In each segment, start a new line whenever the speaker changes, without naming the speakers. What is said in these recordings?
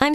I'm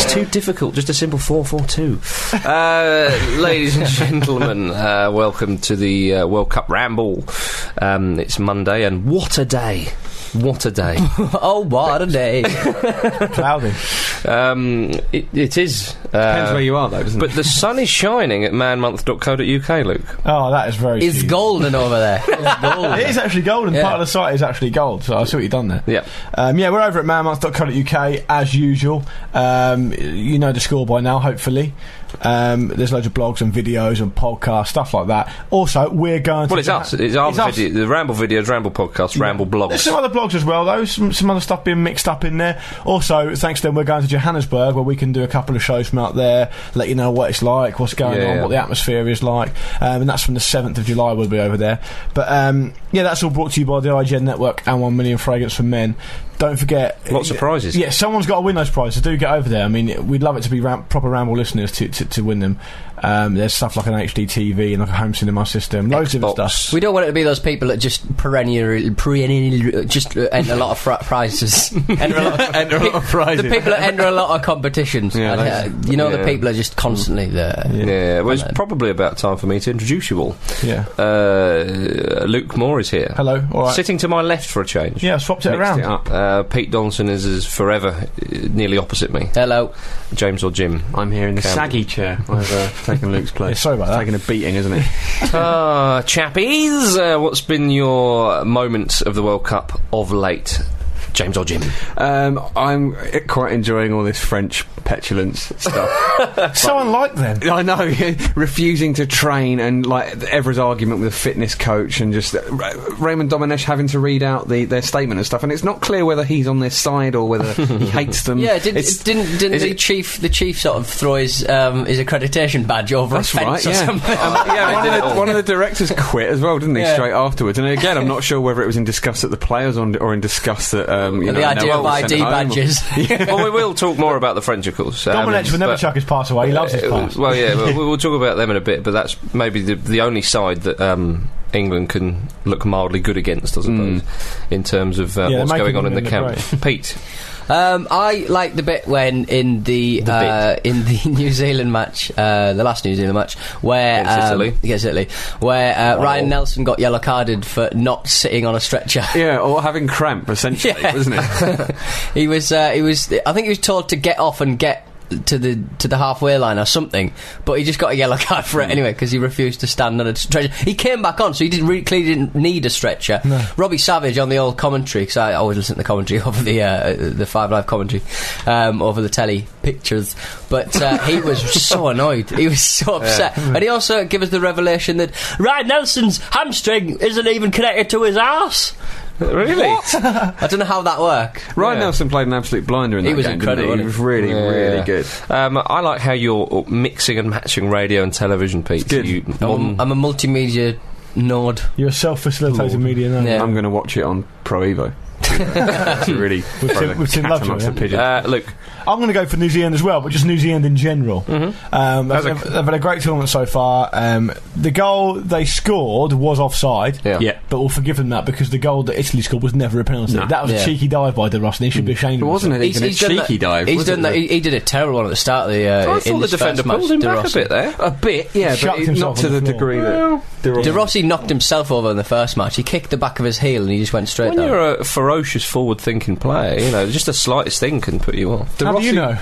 It's too difficult. Just a simple four four two. Uh, ladies and gentlemen, uh, welcome to the uh, World Cup ramble. Um, it's Monday, and what a day! What a day!
oh, what a day!
Cloudy.
um, it, it is. Uh,
Depends where you are, though, doesn't
But
it?
the sun is shining at manmonth.co.uk, Luke.
Oh, that is very.
it's
cheap.
golden over there. It's golden.
It is actually gold, and
Yeah.
part of the site is actually gold. So I see what you've done there.
Yeah.
Um, yeah, we're over at manmonth.co.uk as usual. Um, you know the score by now, hopefully. Um, there's loads of blogs and videos and podcasts, stuff like that. Also, we're going to.
Well, it's us. It's our
It's us.
video. The ramble videos, ramble podcasts, ramble
There's
blogs.
some other blogs as well, though. Some, some other stuff being mixed up in there. Also, thanks to them, we're going to Johannesburg, where we can do a couple of shows from out there, let you know what it's like, what's going
Yeah,
on,
yeah.
what the atmosphere is like. Um, and that's from the 7th of July, we'll be over there. But um, yeah, that's all brought to you by the IGN Network and 1 Million Fragrance for Men. Don't forget.
Lots of prizes.
Yeah, someone's got to win those prizes. Do get over there. I mean, we'd love it to be ram- proper Ramble listeners to, to, to win them. Um, there's stuff like an HD TV and like a home cinema system, loads of
Xbox.
stuff.
We don't want it to be those people that just perennially, perennially just uh, enter a lot of fr- prizes. enter a lot of,
Enter a lot of prizes.
The people that enter a lot of competitions.
Yeah,
And,
that's-
uh, you know,
yeah.
the people that just constantly there.
yeah, well, it's probably about time for me to introduce you all.
Yeah.
Uh, Luke Moore is here.
Hello, all right.
Sitting to my left for a change.
Yeah, I swapped it
Mixed
around.
it up. Uh, Pete Donaldson is, is forever uh, nearly opposite me.
Hello.
James or Jim?
I'm here in the
Campbell.
saggy chair. I've uh, taken Luke's place.
Yeah, sorry about
It's
that.
Taking a beating, isn't it?
Ah, chappies, uh, what's been your moment of the World Cup of late? James or Jim?
Um, I'm quite enjoying all this French petulance stuff.
So unlike them.
I know, yeah, refusing to train and like Evra's argument with a fitness coach and just uh, Ra- Raymond Domenech having to read out the, their statement and stuff. And it's not clear whether he's on their side or whether he hates them.
Yeah, did,
It's-
didn't didn't
is
the
it-
chief the chief sort of throw his um, his accreditation badge over
That's
a
right.
fence or
Yeah, Um,
something?
yeah, one, of the, one of the directors quit as well, didn't he?
Yeah.
Straight afterwards. And again, I'm not sure whether it was in disgust at the players on, or in disgust at um, you
the
know,
idea
Noel
of
was sent
ID
home or-
badges.
well, we will talk more about the French, of course. Um,
Domenech will never
but-
chuck his pass away. He loves his
Uh,
pass.
Well, yeah, well, we- we'll talk about them in a bit, but that's maybe the, the only side that um, England can look mildly good against, I suppose, in terms of uh,
Hmm. Yeah, they're
what's going
making
on in the
them in the
camp. Pete,
Um, I like the bit when in the,
The
uh, in the New Zealand match, uh, the last New Zealand match, where
Against
um,
Italy.
against Italy, where uh,
Wow.
Ryan Nelson got yellow carded for not sitting on a stretcher.
Yeah, or having cramp essentially,
Yeah.
wasn't it?
he was, uh, he was. I think he was told to get off and get to the to the halfway line or something, but he just got a yellow card for
Hmm.
it anyway because he refused to stand on a stretcher. He came back on, so he didn't really clearly didn't need a stretcher. Robbie Savage on the old commentary because I always listen to the commentary over the uh, the Five Live commentary um, over the telly pictures, but uh, he was so annoyed. He was so upset, and he also gave us the revelation that Ryan Nelson's hamstring isn't even connected to his ass.
really?
I don't know how that worked.
Ryan
Yeah.
Nelson played an absolute blinder in that
He was
game, didn't
incredible,
He?
wasn't
he was
he?
really,
Yeah.
really good.
Um, I like how you're mixing and matching radio and television, Pete.
good.
You
I'm,
modern-
I'm a multimedia nerd.
You're a self-facilitated media now.
Yeah.
I'm going to watch it on Pro Evo. to really
We've
throw
seen-
the
we've seen
cat
Lovejoy,
amongst
yeah?
the pigeons.
uh, Luke,
I'm going to go for New Zealand as well, but just New Zealand in general.
Mm-hmm.
Um, they've,
a-
they've had a great tournament so far. Um, the goal they scored was offside.
yeah.
yeah.
But we'll forgive them that because the goal that Italy scored was never a penalty.
No.
That was a
Yeah.
cheeky dive by De Ross, and he should be ashamed
It
of
wasn't
himself.
it even a cheeky
that,
dive.
He's
was
done
it?
that. He, he did a terrible one at the start of the. Uh,
I thought
in
the
this
defender
first match,
pulled him
De
back a
Rossi.
bit there.
a bit, yeah,
Shucked
but it-
himself
not to
on
the,
the floor.
degree that. De Rossi-
De Rossi knocked himself over in the first match. He kicked the back of his heel and he just went straight
When
down.
you're a ferocious, forward-thinking player, you know just the slightest thing can put you off.
De
How do you know?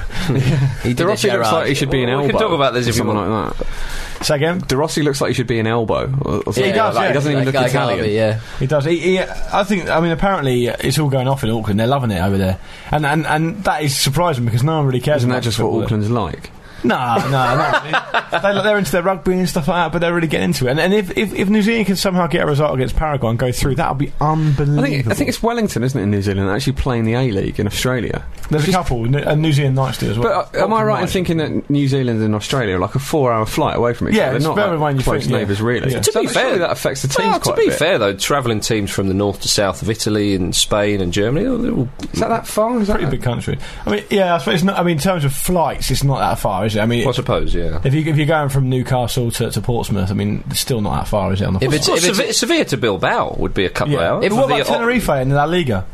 He did
De
a
Rossi looks
Gerrard.
like he should be an
Well,
elbow.
we can talk about this
or
if you
someone
want.
like that.
Say again.
De Rossi looks like he should be an elbow. Or, or something
he
like
does,
that.
yeah.
He doesn't even
That
look
guy can't
Italian.
be, yeah.
He does. He, he, I think. I mean, apparently uh, it's all going off in Auckland. They're loving it over there, and and, and that is surprising because no one really cares.
Isn't
about
that just
football.
what Auckland's like?
No, no, no. they, they're into their rugby and stuff like that, but they're really getting into it. And, and if, if if New Zealand can somehow get a result against Paraguay and go through, that would be
I
unbelievable.
think, I think it's Wellington, isn't it, in New Zealand, actually playing the A League in Australia.
there's a couple, New- and New Zealand Knights do as well.
But uh, am I
Auckland
right in
Knights.
thinking that New Zealand and Australia are like a four-hour flight away from each
Yeah,
other?
it's
They're not
bear
like
in mind you
close
think, yeah.
neighbours, really.
Yeah.
So
To be
surely
fair-
that affects the teams
Well,
quite
to be
a bit.
fair, though, travelling teams from the north to south of Italy and Spain and Germany, they're all
Is that that far? Is that
pretty big country. I mean, yeah, I suppose it's not. I mean, in terms of flights, it's not that far, is it? I mean,
I suppose, yeah.
if you if you're going from Newcastle to, to Portsmouth, I mean, it's still not that far, is it? On the
If
flight?
it's-
Well, Sevilla, Sevilla to Bilbao would be a couple of hours.
But what about
The-
Tenerife in La Liga?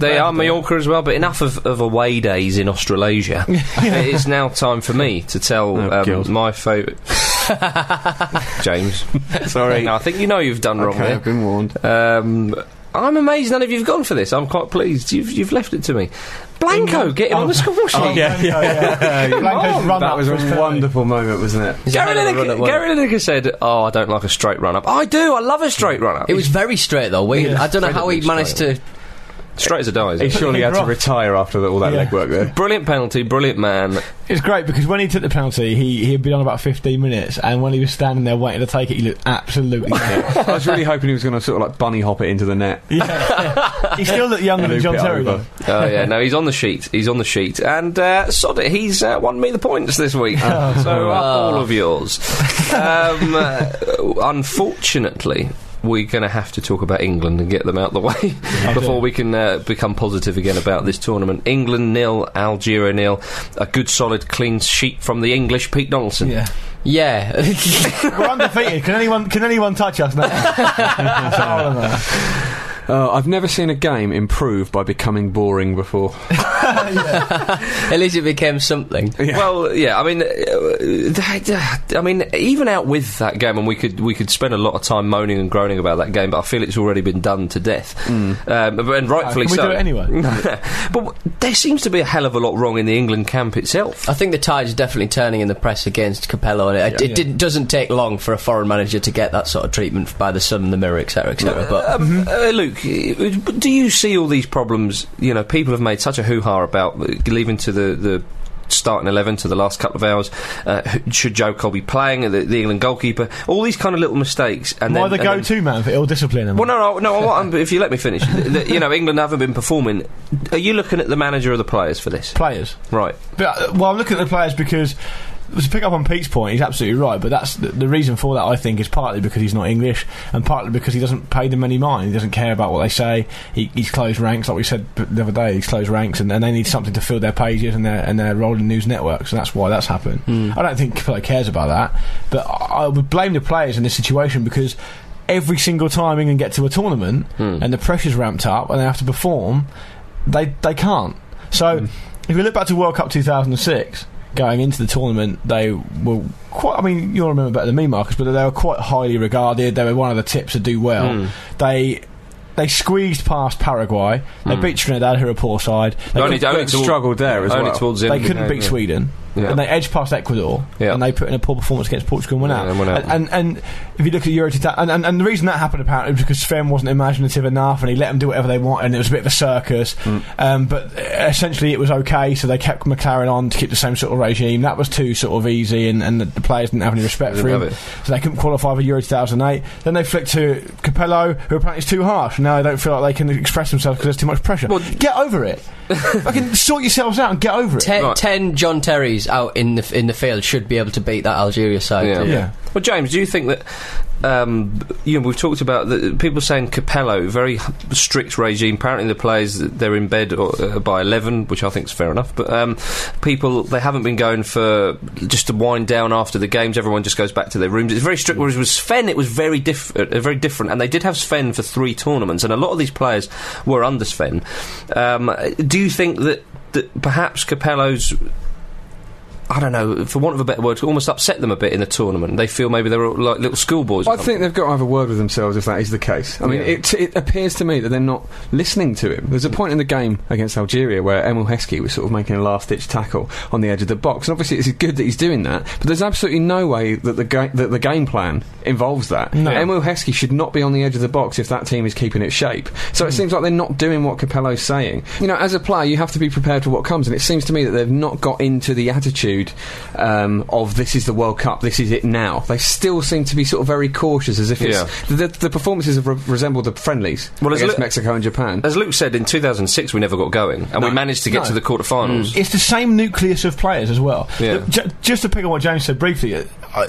They are Mallorca as well, but enough of, of away days in Australasia. it is now time for me to tell
Oh, God.
um, my favourite. James.
Sorry.
No, I think you know you've done wrong
Okay, I've been warned.
there. Um, I'm amazed none of you've gone for this. I'm quite pleased. You've, you've left it to me. Blanco, get him on the score
Oh,
sheet.
yeah, yeah. Blanco's run
That
up
was
was
a
perfect.
wonderful moment, wasn't it?
He's a
Gary
hell of a runner,
Lineker,
wasn't he?
Gary Lineker said, Oh, I don't like a straight run up. I do. I love a straight run up.
It was very straight though. We,
Yeah.
I don't know how he
Incredibly
managed to.
straight as a die. isn't
He
it?
surely had to retire after the- all that
Yeah.
legwork there.
Brilliant penalty, brilliant man.
It's great because when he took the penalty, he he had been on about 15 minutes, and when he was standing there waiting to take it, he looked absolutely. dead.
I was really hoping he was going to sort of like bunny hop it into the net.
he still looked younger than
Loop
John
it
Terry.
over.
though.
Oh yeah, no, he's on the sheet. He's on the sheet, and uh, sod it, he's uh, won me the points this week. so up all of yours. Um, uh, unfortunately. We're going to have to talk about England and get them out the way before we can uh, become positive again about this tournament. England nil, Algeria nil. A good, solid, clean sheet from the English, Pete Donaldson.
Yeah,
Yeah,
we're undefeated. Can anyone can anyone touch us now? That's all I know.
Uh, I've never seen a game improve by becoming boring before.
at least it became something.
Well, yeah. I mean, uh, I mean, even out with that game, and we could we could spend a lot of time moaning and groaning about that game, but I feel it's already been done to death, um, and rightfully
Mm. Can we
so.
do it anyway?
but w- there seems to be a hell of a lot wrong in the England camp itself. Um,
I think the tide's definitely turning in the press against Capello, and it, it didn't, doesn't take long for a foreign manager to get that sort of treatment by the Sun, the Mirror, etc., etc. But
Um,
Mm-hmm.
uh, Luke, uh, do you see all these problems? You know, people have made such a hoo ha about uh, leaving to the. the Starting 11 to the last couple of hours. Uh, who- should Joe Cole be playing? The, the England goalkeeper. All these kind of little mistakes. And
Why
then, and
the
then-
go-to man for ill discipline? am I?
Well, no, no, no. I want- if you let me finish, the, you know, England haven't been performing. Are you looking at the manager or the players for this?
players.
Right.
But uh, well, I'm looking at the players because to pick up on Pete's point, he's absolutely right. But that's the, the reason for that. I think is partly because he's not English, and partly because he doesn't pay them any mind. He doesn't care about what they say. He, he's closed ranks, like we said p- the other day. He's closed ranks, and, and they need something to fill their pages and their and their rolling news networks, and that's why that's happened. I don't think Capello cares about that, but I, I would blame the players in this situation because. Every single time England get to a tournament and the pressure's ramped up and they have to perform, they they can't. So if you look back to World Cup 2006, going into the tournament, they were quite. I mean, you'll remember better than me, Marcus, but they were quite highly regarded. They were one of the tips to do well. They. They squeezed past Paraguay. They beat Trinidad, who are a poor side. They,
Only-
couldn't-
only
But
toward-
struggled there as
only
well.
towards the
they
end of the
couldn't
game,
beat
yeah.
Sweden.
Yeah.
And they edged past Ecuador.
Yeah.
And they put in a poor performance against Portugal and went
Yeah,
out.
and went out.
And, and, and if you look at Euro 2000, and, and, and the reason that happened apparently was because Sven wasn't imaginative enough and he let them do whatever they want and it was a bit of a circus.
Hmm.
Um, but essentially it was okay, so they kept McLaren on to keep the same sort of regime. That was too sort of easy and, and the, the players didn't have any respect
Didn't
for
have
him.
it.
So they couldn't qualify for Euro 2008. Then they flicked to Capello, who apparently is too harsh. Now they don't feel like they can express themselves because there's too much pressure.
Well-
get over it. Fucking sort yourselves out and get over it.
ten,
Right.
ten John Terrys out in the f- in the field should be able to beat that Algeria side.
Oh, Yeah.
yeah.
Well, James, do you think that? Um, you know, we've talked about the, people saying Capello, very strict regime. Apparently, the players they're in bed or, uh, by eleven, which I think is fair enough. But um, people they haven't been going for just to wind down after the games. Everyone just goes back to their rooms. It's very strict. Whereas with Sven, it was very diff- uh, very different. And they did have Sven for three tournaments, and a lot of these players were under Sven. Um, do you think that, that perhaps Capello's I don't know, for want of a better word, almost upset them a bit in the tournament. They feel maybe they're like little schoolboys. or
I think
something.
they've got to have a word with themselves if that is the case. I mean,
Yeah.
it, it appears to me that they're not listening to him. There's a point in the game against Algeria where Emil Heskey was sort of making a last ditch tackle on the edge of the box. And obviously, it's good that he's doing that, but there's absolutely no way that the, ga- that the game plan involves that. Emil Heskey should not be on the edge of the box if that team is keeping its shape. So it seems like they're not doing what Capello's saying. You know, as a player, you have to be prepared for what comes, and it seems to me that they've not got into the attitude um, of this is the World Cup, this is it now. They still seem to be sort of very cautious, as if it's the, the performances have re- resembled the friendlies
Well, it's
against
li-
Mexico and Japan.
As Luke said, in 2006 we never got going, and we managed to get
No.
to the quarterfinals.
Mm.
It's the same nucleus of players as well.
Yeah.
The- ju- just to pick on what James said briefly, uh,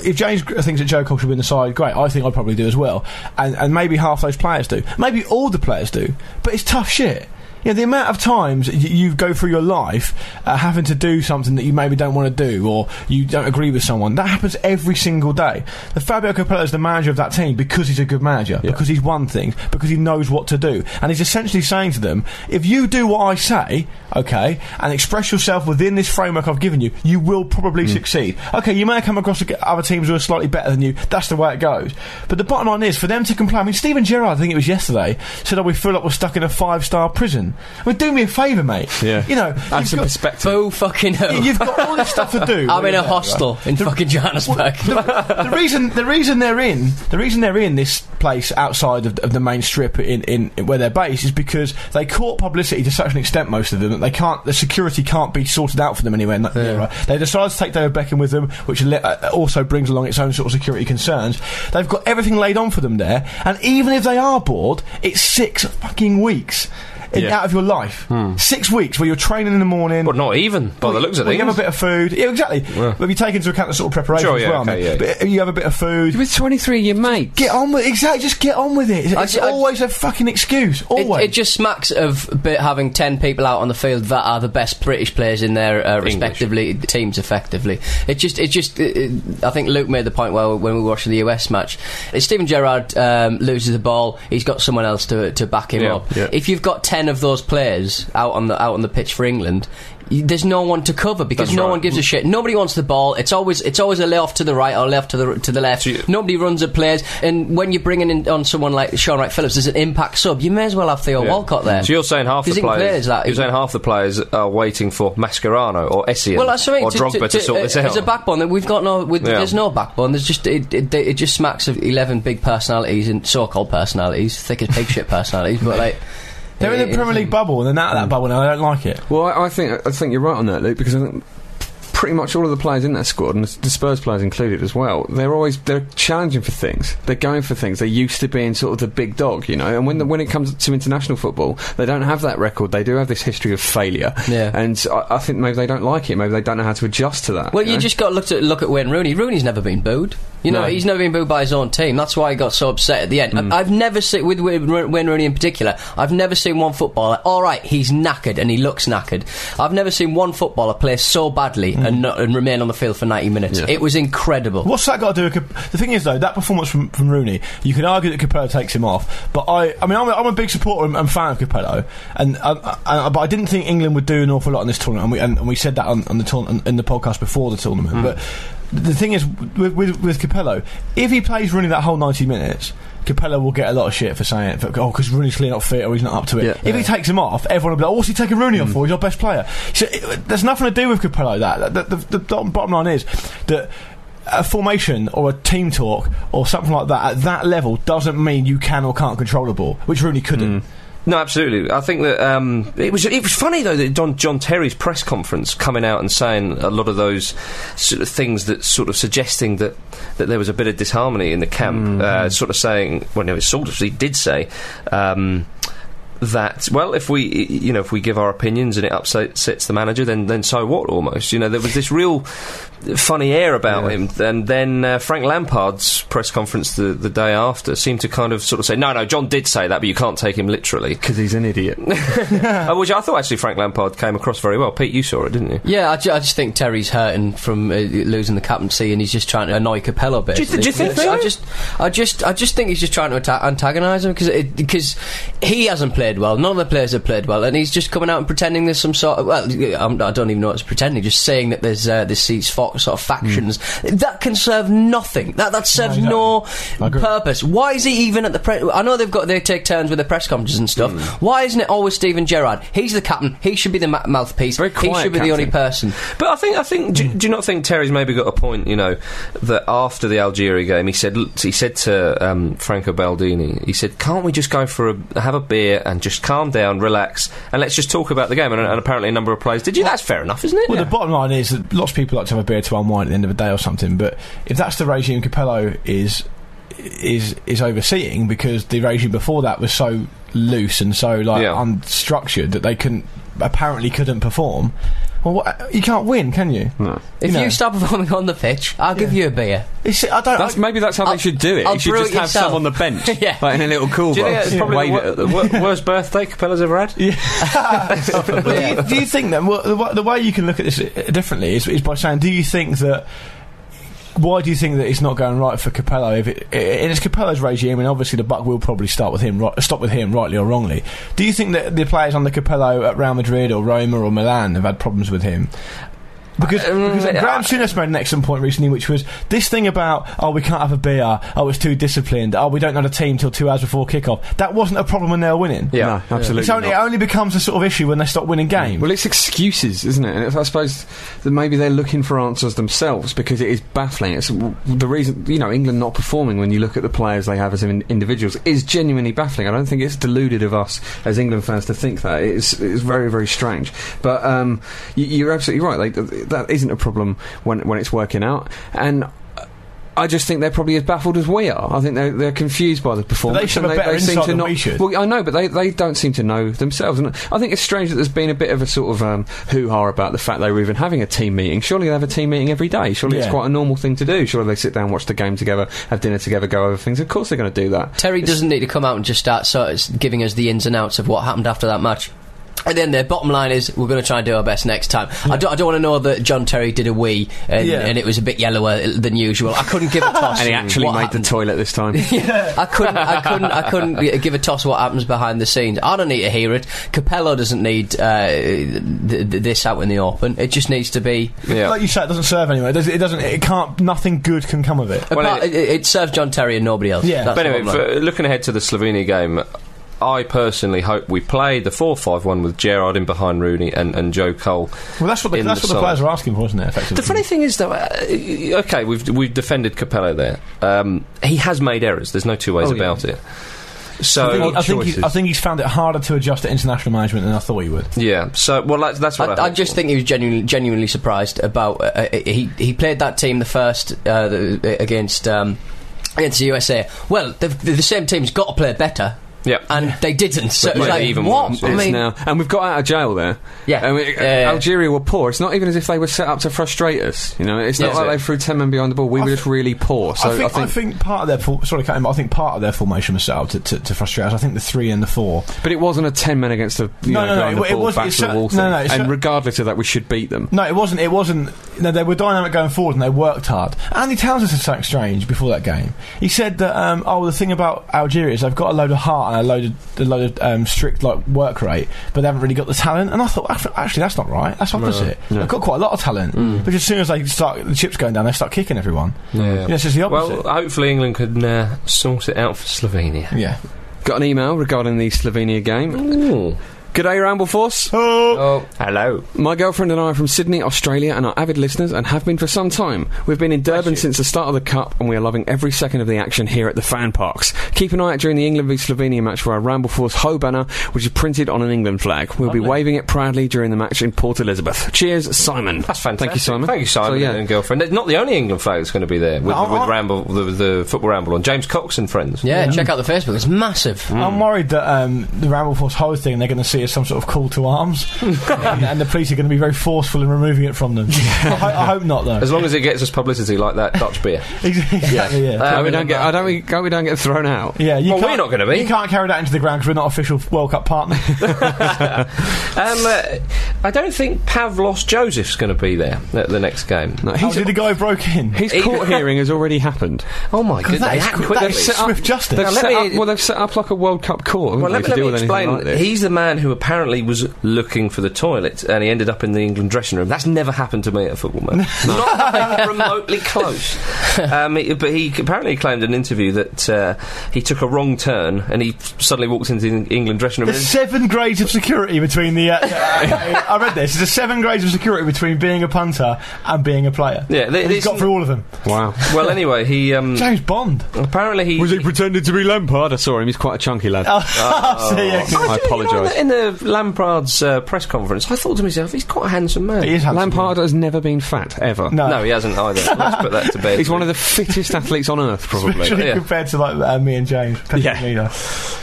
if James gr- thinks that Joe Cole should win the side, great. I think I probably do as well, and and maybe half those players do, maybe all the players do. But it's tough shit. You know, the amount of times y- you go through your life uh, having to do something that you maybe don't want to do or you don't agree with someone, that happens every single day. The Fabio Capello is the manager of that team because he's a good manager, because he's won things, because he knows what to do. And he's essentially saying to them, if you do what I say, okay, and express yourself within this framework I've given you, you will probably
Mm.
succeed. Okay, you may come across ag- other teams who are slightly better than you. That's the way it goes. But the bottom line is, for them to complain, I mean, Stephen Gerrard, I think it was yesterday, said, oh, we feel like we're stuck in a five star prison. I mean, do me a favour, mate.
Yeah.
You know,
Add
you've
some
got,
perspective.
Boo fucking hell.
you've got all this stuff to do.
I'm in a
Yeah.
hostel in fucking Johannesburg.
the reason the reason they're in the reason they're in this place outside of, of the main strip in, in where they're based is because they court publicity to such an extent most of them that they can't the security can't be sorted out for them anywhere. Yeah. They decided to take David Beckham with them, which le- uh, also brings along its own sort of security concerns. They've got everything laid on for them there, and even if they are bored, it's six fucking weeks. In,
Yeah.
Out of your life, six weeks where you're training in the morning.
Well, not even by the looks of
Well,
things.
you have a bit of food. Yeah, exactly. But if you take into account the sort of preparation
Sure,
as
yeah,
well,
okay,
mate.
yeah, yeah.
But you have a bit of food.
You're with 23 of your mates.
Get on with exactly. Just get on with it. It's,
I
it's
ju- I-
always a fucking excuse.
It,
Always.
it just smacks of bit having ten people out on the field that are the best British players in their uh, respectively teams. Effectively, it just it just it, it- I think Luke made the point well when we were watching the US match. If Steven Gerrard um, loses the ball, he's got someone else to to back him
Yeah,
up.
yeah.
If you've got ten of those players out on the out on the pitch for England. y- There's no one to cover because
That's
no
right.
one gives a shit. Nobody wants the ball. It's always it's always a layoff to the right or left to the to the left.
So you-
Nobody runs at players. And when you're bringing in on someone like Sean Wright Phillips as an impact sub, you may as well have Theo
Yeah.
Walcott there.
So you're saying half
He's
the
in
players?
players, that
you're saying half the players are waiting for Mascherano or Essien
well, that's what I mean,
or
to-
Drogba to,
to- to-
sort this
uh,
out.
There's a backbone that we've got no. With,
Yeah.
There's no backbone. There's just it, it. It just smacks of eleven big personalities and so-called personalities, thick as pig shit personalities. But like,
they're in
it-
the Premier League bubble and they're out of
Mm.
that bubble now. I don't like it.
Well, I, I think I think you're right on that, Luke, because I think pretty much all of the players in that squad, and the Spurs players included as well, they're always they're challenging for things. They're going for things. They're used to being sort of the big dog, you know. And when the, when it comes to international football, they don't have that record. They do have this history of failure.
Yeah.
And I, I think maybe they don't like it. Maybe they don't know how to adjust to that.
Well,
know?
you just got to look at look at Wayne Rooney. Rooney's never been booed. You know,
No. Mm.
he's never been booed by his own team. That's why he got so upset at the end. I, I've never seen with Wayne Ro- Wayne Rooney in particular. I've never seen one footballer. All right, he's knackered and he looks knackered. I've never seen one footballer play so badly
Mm.
and not, and remain on the field for ninety minutes. It was incredible.
What's that got to do with Cap- the thing is though that performance from, from Rooney? You can argue that Capello takes him off, but I, I mean, I'm a, I'm a big supporter and, and fan of Capello, and um, uh, but I didn't think England would do an awful lot in this tournament, and we, and, and we said that on, on the tour- in the podcast before the tournament.
Hmm.
But the thing is with, with with Capello, if he plays Rooney that whole 90 minutes. Capello will get a lot of shit for saying it. For, oh, because Rooney's clearly not fit or he's not up to it.
Yeah. Hmm.
if he takes him off, everyone will be like, "Oh, "What's he taking Rooney off for? He's our best player." So it, there's nothing to do with Capello. That the, the, the bottom line is that a formation or a team talk or something like that at that level doesn't mean you can or can't control a ball, which Rooney couldn't.
No, absolutely. I think that um, it was it was funny though that Don, John Terry's press conference coming out and saying a lot of those sort of things that sort of suggesting that, that there was a bit of disharmony in the camp. Uh, sort of saying, well, no, it's sort of he did say. Um, that well, if we y- you know if we give our opinions and it upsets the manager, then then so what? Almost, you know, there was this real funny air about
Yeah.
him. And then uh, Frank Lampard's press conference the, the day after seemed to kind of sort of say, no, no, John did say that, but you can't take him literally.
because he's an idiot.
Uh, which I thought actually Frank Lampard came across very well. Pete, you saw it, didn't you?
Yeah, I, ju- I just think Terry's hurting from uh, losing the captaincy, and he's just trying to annoy Capello. Bit.
Do you th- do you think so?
I just, I just, I just think he's just trying to atta- antagonise him because because he hasn't played well. None of the players have played well, and he's just coming out and pretending there's some sort of well, yeah, I'm, I don't even know what it's pretending. Just saying that there's uh, this these fo- sort of factions
Hmm.
that can serve nothing. That that serves
exactly.
no
I agree.
purpose. Why is he even at the press? I know they've got they take turns with the press conferences and stuff.
Hmm.
Why isn't it always Steven Gerrard? He's the captain. He should be the ma- mouthpiece.
Very
he
quiet
should be the only
captain.
person.
But I think I think do, do you not think Terry's maybe got a point? You know that after the Algeria game, he said he said to um, Franco Baldini, he said, "Can't we just go for a have a beer and just calm down, relax, and let's just talk about the game?" And, and apparently, a number of players did you. That's fair enough, isn't it?
Well, the bottom line is that lots of people like to have a beer to unwind at the end of a day or something. But if that's the regime Capello is is is overseeing, because the regime before that was so loose and so like
Yeah.
unstructured that they couldn't apparently couldn't perform. Well, what, you can't win, can you?
Hmm.
If
know.
you start performing on the pitch, I'll give you a beer.
It's, I don't.
That's,
I,
maybe that's how
I'll-
they should do it.
I'll
you should
brew
just
it
have
yourself.
some on the bench,
Yeah.
like in a little cool
do you think
box.
that's probably
wave
the,
it at
wor-
them.
the wor- worst birthday Capella's ever had?
Well, do, you, do you think then? Well, the, wa- the way you can look at this uh, differently is, is by saying, do you think that? Why do you think that it's not going right for Capello? If it, i- in it's Capello's regime, and obviously the buck will probably start with him, right, stop with him, rightly or wrongly. Do you think that the players under Capello at Real Madrid or Roma or Milan have had problems with him? Because,
Um,
because
I-
Graham Souness made an excellent point recently, which was this thing about oh we can't have a beer, oh it's too disciplined, oh we don't know the team till two hours before kickoff. That wasn't a problem when they were winning.
Yeah.
No, absolutely.
It's only, it
not.
only becomes a sort of issue when they stop winning games.
Well, it's excuses, isn't it? And it's, I suppose that maybe they're looking for answers themselves because it is baffling. It's w- the reason, you know, England not performing when you look at the players they have as in- individuals is genuinely baffling. I don't think it's deluded of us as England fans to think that. It's, it's very, very strange. But um, you, you're absolutely right. They, that isn't a problem when, when it's working out. And. I just think they're probably as baffled as we are. I think they're, they're confused by the performance.
should
and
have better
seem
insight
to
than
not,
we should.
Well, I know, but they, they don't seem to know themselves. And I think it's strange that there's been a bit of a sort of um, hoo ha about the fact they were even having a team meeting. Surely they have a team meeting every day. Surely it's
Yeah.
quite a normal thing to do. Surely they sit down, watch the game together, have dinner together, go over things. Of course they're going to do that.
Terry doesn't need to come out and just start sort of giving us the ins and outs of what happened after that match. And then their bottom line is we're going to try and do our best next time. I don't, I don't want to know that John Terry did a wee and,
Yeah.
and it was a bit yellower than usual. I couldn't give a toss.
And he actually
what
made
happened.
the toilet this time.
I couldn't, I couldn't, I couldn't g- give a toss what happens behind the scenes. I don't need to hear it. Capello doesn't need uh, th- th- this out in the open. It just needs to be.
Yeah.
Like you say, it doesn't serve anywhere. It doesn't. It, doesn't, it can't. Nothing good can come of it.
Well,
apart- it, it serves John Terry and nobody else.
Yeah.
That's
But
the
anyway,
bottom line.
for, looking ahead to the Slovenia game, I personally hope we play the 4 5 1 with Gerard in behind Rooney and, and Joe Cole.
Well, that's what the,
in
that's
the
what
side.
the players are asking for, isn't it? Effectively.
The funny thing is, though, uh, okay, we've we've defended Capello there. Um, he has made errors. There's no two ways
Oh, yeah.
about it. So
I think, I, think he's,
choices.
I think he's found it harder to adjust to international management than I thought he would.
yeah. So well, that's, that's what I,
I, I
hope
just
for.
think he was genuinely, genuinely surprised about. Uh, uh, he he played that team the first uh, the, against um, against the USA. Well, the, the same team's got to play better,
Yeah.
and they didn't. So
They
it was
played
like,
even
what?
worse,
I
yeah.
It's
mean,
now. And we've got out of jail there.
Yeah.
And we,
Yeah, yeah,
Algeria were poor. It's not even as if they were set up to frustrate us. You know, it's not
Yeah.
like they threw 10 men behind the ball. We were just really poor. So
I, think, I think part of their for, sorry, cut him, I think part of their formation was set up to, to, to frustrate us. I think the three and the four.
But it wasn't a ten men against a you
No, no, no,
know, behind
it-
the
it
ball
wasn't-
back
it's
to the
cer-
wall
no,
thing.
no, it's
and
cer-
regardless of that, we should beat them.
No, it wasn't. It wasn't. No, they were dynamic going forward, and they worked hard. Andy Townsend said something strange before that game. He said that, um, "Oh, the thing about Algeria is they've got a load of heart and a load of a load of um, strict like work rate, but they haven't really got the talent." And I thought, "Ac- actually, that's not right. That's opposite. They've got quite a lot of talent,
Mm.
but as soon as they start the chips going down, they start kicking everyone.
Yeah.
Yes, it's the opposite.
Well, hopefully England can uh, sort it out for Slovenia.
yeah.
Got an email regarding the Slovenia game.
Ooh.
Good day, Rambleforce.
Oh, hello.
My girlfriend and I are from Sydney, Australia, and are avid listeners and have been for some time. We've been in Durban since the start of the Cup, and we are loving every second of the action here at the fan parks. Keep an eye out during the England v Slovenia match for our Ramble Force Ho banner, which is printed on an England flag. We'll be waving it proudly during the match in Port Elizabeth. Cheers, Simon.
That's fantastic.
Thank you, Simon.
Thank you, Simon,
So, yeah.
and girlfriend. It's not the only England flag that's going to be there with,
No,
with
I-
Ramble, the, the football ramble on. James Cox and friends.
yeah, check out the Facebook. It's massive.
mm.
I'm worried that um, the Ramble Force whole thing they're going to see as some sort of call to arms, and, and the police are going to be very forceful in removing it from them. I, ho- I hope not, though.
As long as it gets us publicity like that Dutch beer.
exactly. Yeah.
Uh,
I we don't get. I don't. We, hope we don't get thrown out.
yeah, you
well,
can't-
we're not gonna be.
You can't carry that into the ground because we're not official World Cup partner.
Um, uh, I don't think Pavlos Joseph's going to be there at the next game.
No,
How
he's,
did the guy broke in?
his
He-
court hearing has already happened.
Oh my goodness!
that
they
is
act
qu-
quick,
that
don't
is
they?
swift justice.
They've
Now, let
set
me-
up, well, they've set up like a World Cup court. haven't
Well,
they,
let,
to
let
deal
me
with anything
explain.
Like this.
He's the man who apparently was looking for the toilet and he ended up in the England dressing room. That's never happened to me at a football match. Not remotely close. Um, he- but he apparently claimed in an interview that uh, he took a wrong turn and he suddenly walked into the England dressing room.
There's seven grades of security between the. Uh, I read this. There's seven grades of security between being a punter and being a player.
Yeah, Hmm. they-
And he's
they-
got through all of them.
wow.
well, anyway, he um,
James Bond.
apparently he.
Was he pretending to be Lampard? I saw him. He's quite a chunky lad.
Oh.
So, yeah,
I
Do you know
apologise.
that in the Lampard's uh, press conference, I thought to myself, he's quite a handsome man.
he is handsome.
Lampard has never been fat ever.
No.
No, he hasn't either. Let's put that to bed.
He's one of the fittest athletes on earth, probably.
Especially
yeah.
compared to like uh, me and James.
Yeah.
Yeah.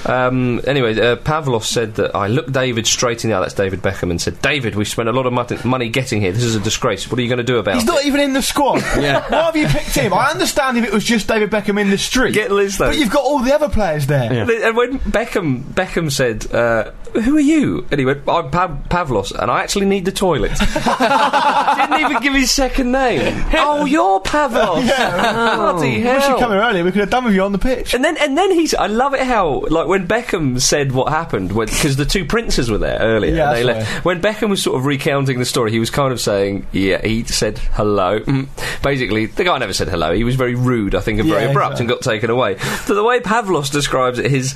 Um, anyway, uh, Pavlov said that I looked David straight in the eye. That's David Beckham, and said, "David, we spent a lot of mon- money getting here. This is a disgrace. What are you going to do about
He's
it?"
not even in the squad.
Yeah.
Why have you picked him? I understand if it was just David Beckham in the street.
Get Liz, though.
But you've got all the other players there.
Yeah.
and when Beckham Beckham said, uh, "Who are you?" and he went, "I'm Pav- Pavlos, and I actually need the toilet." Didn't even give his second name. oh, you're Pavlos. Bloody
We should
hell.
come here earlier. We could have done with you on the pitch.
And then, and then he's. I love it how, like, when Beckham said what happened, because the two princes were there earlier.
Yeah,
and they
that's
left. When Beckham was sort of recounting the story, he was kind of saying, "Yeah, he said hello." Mm. Basically, the guy never said hello. He was very rude, I think, and very
Yeah,
abrupt, and got taken away. So the way Pavlos describes it, his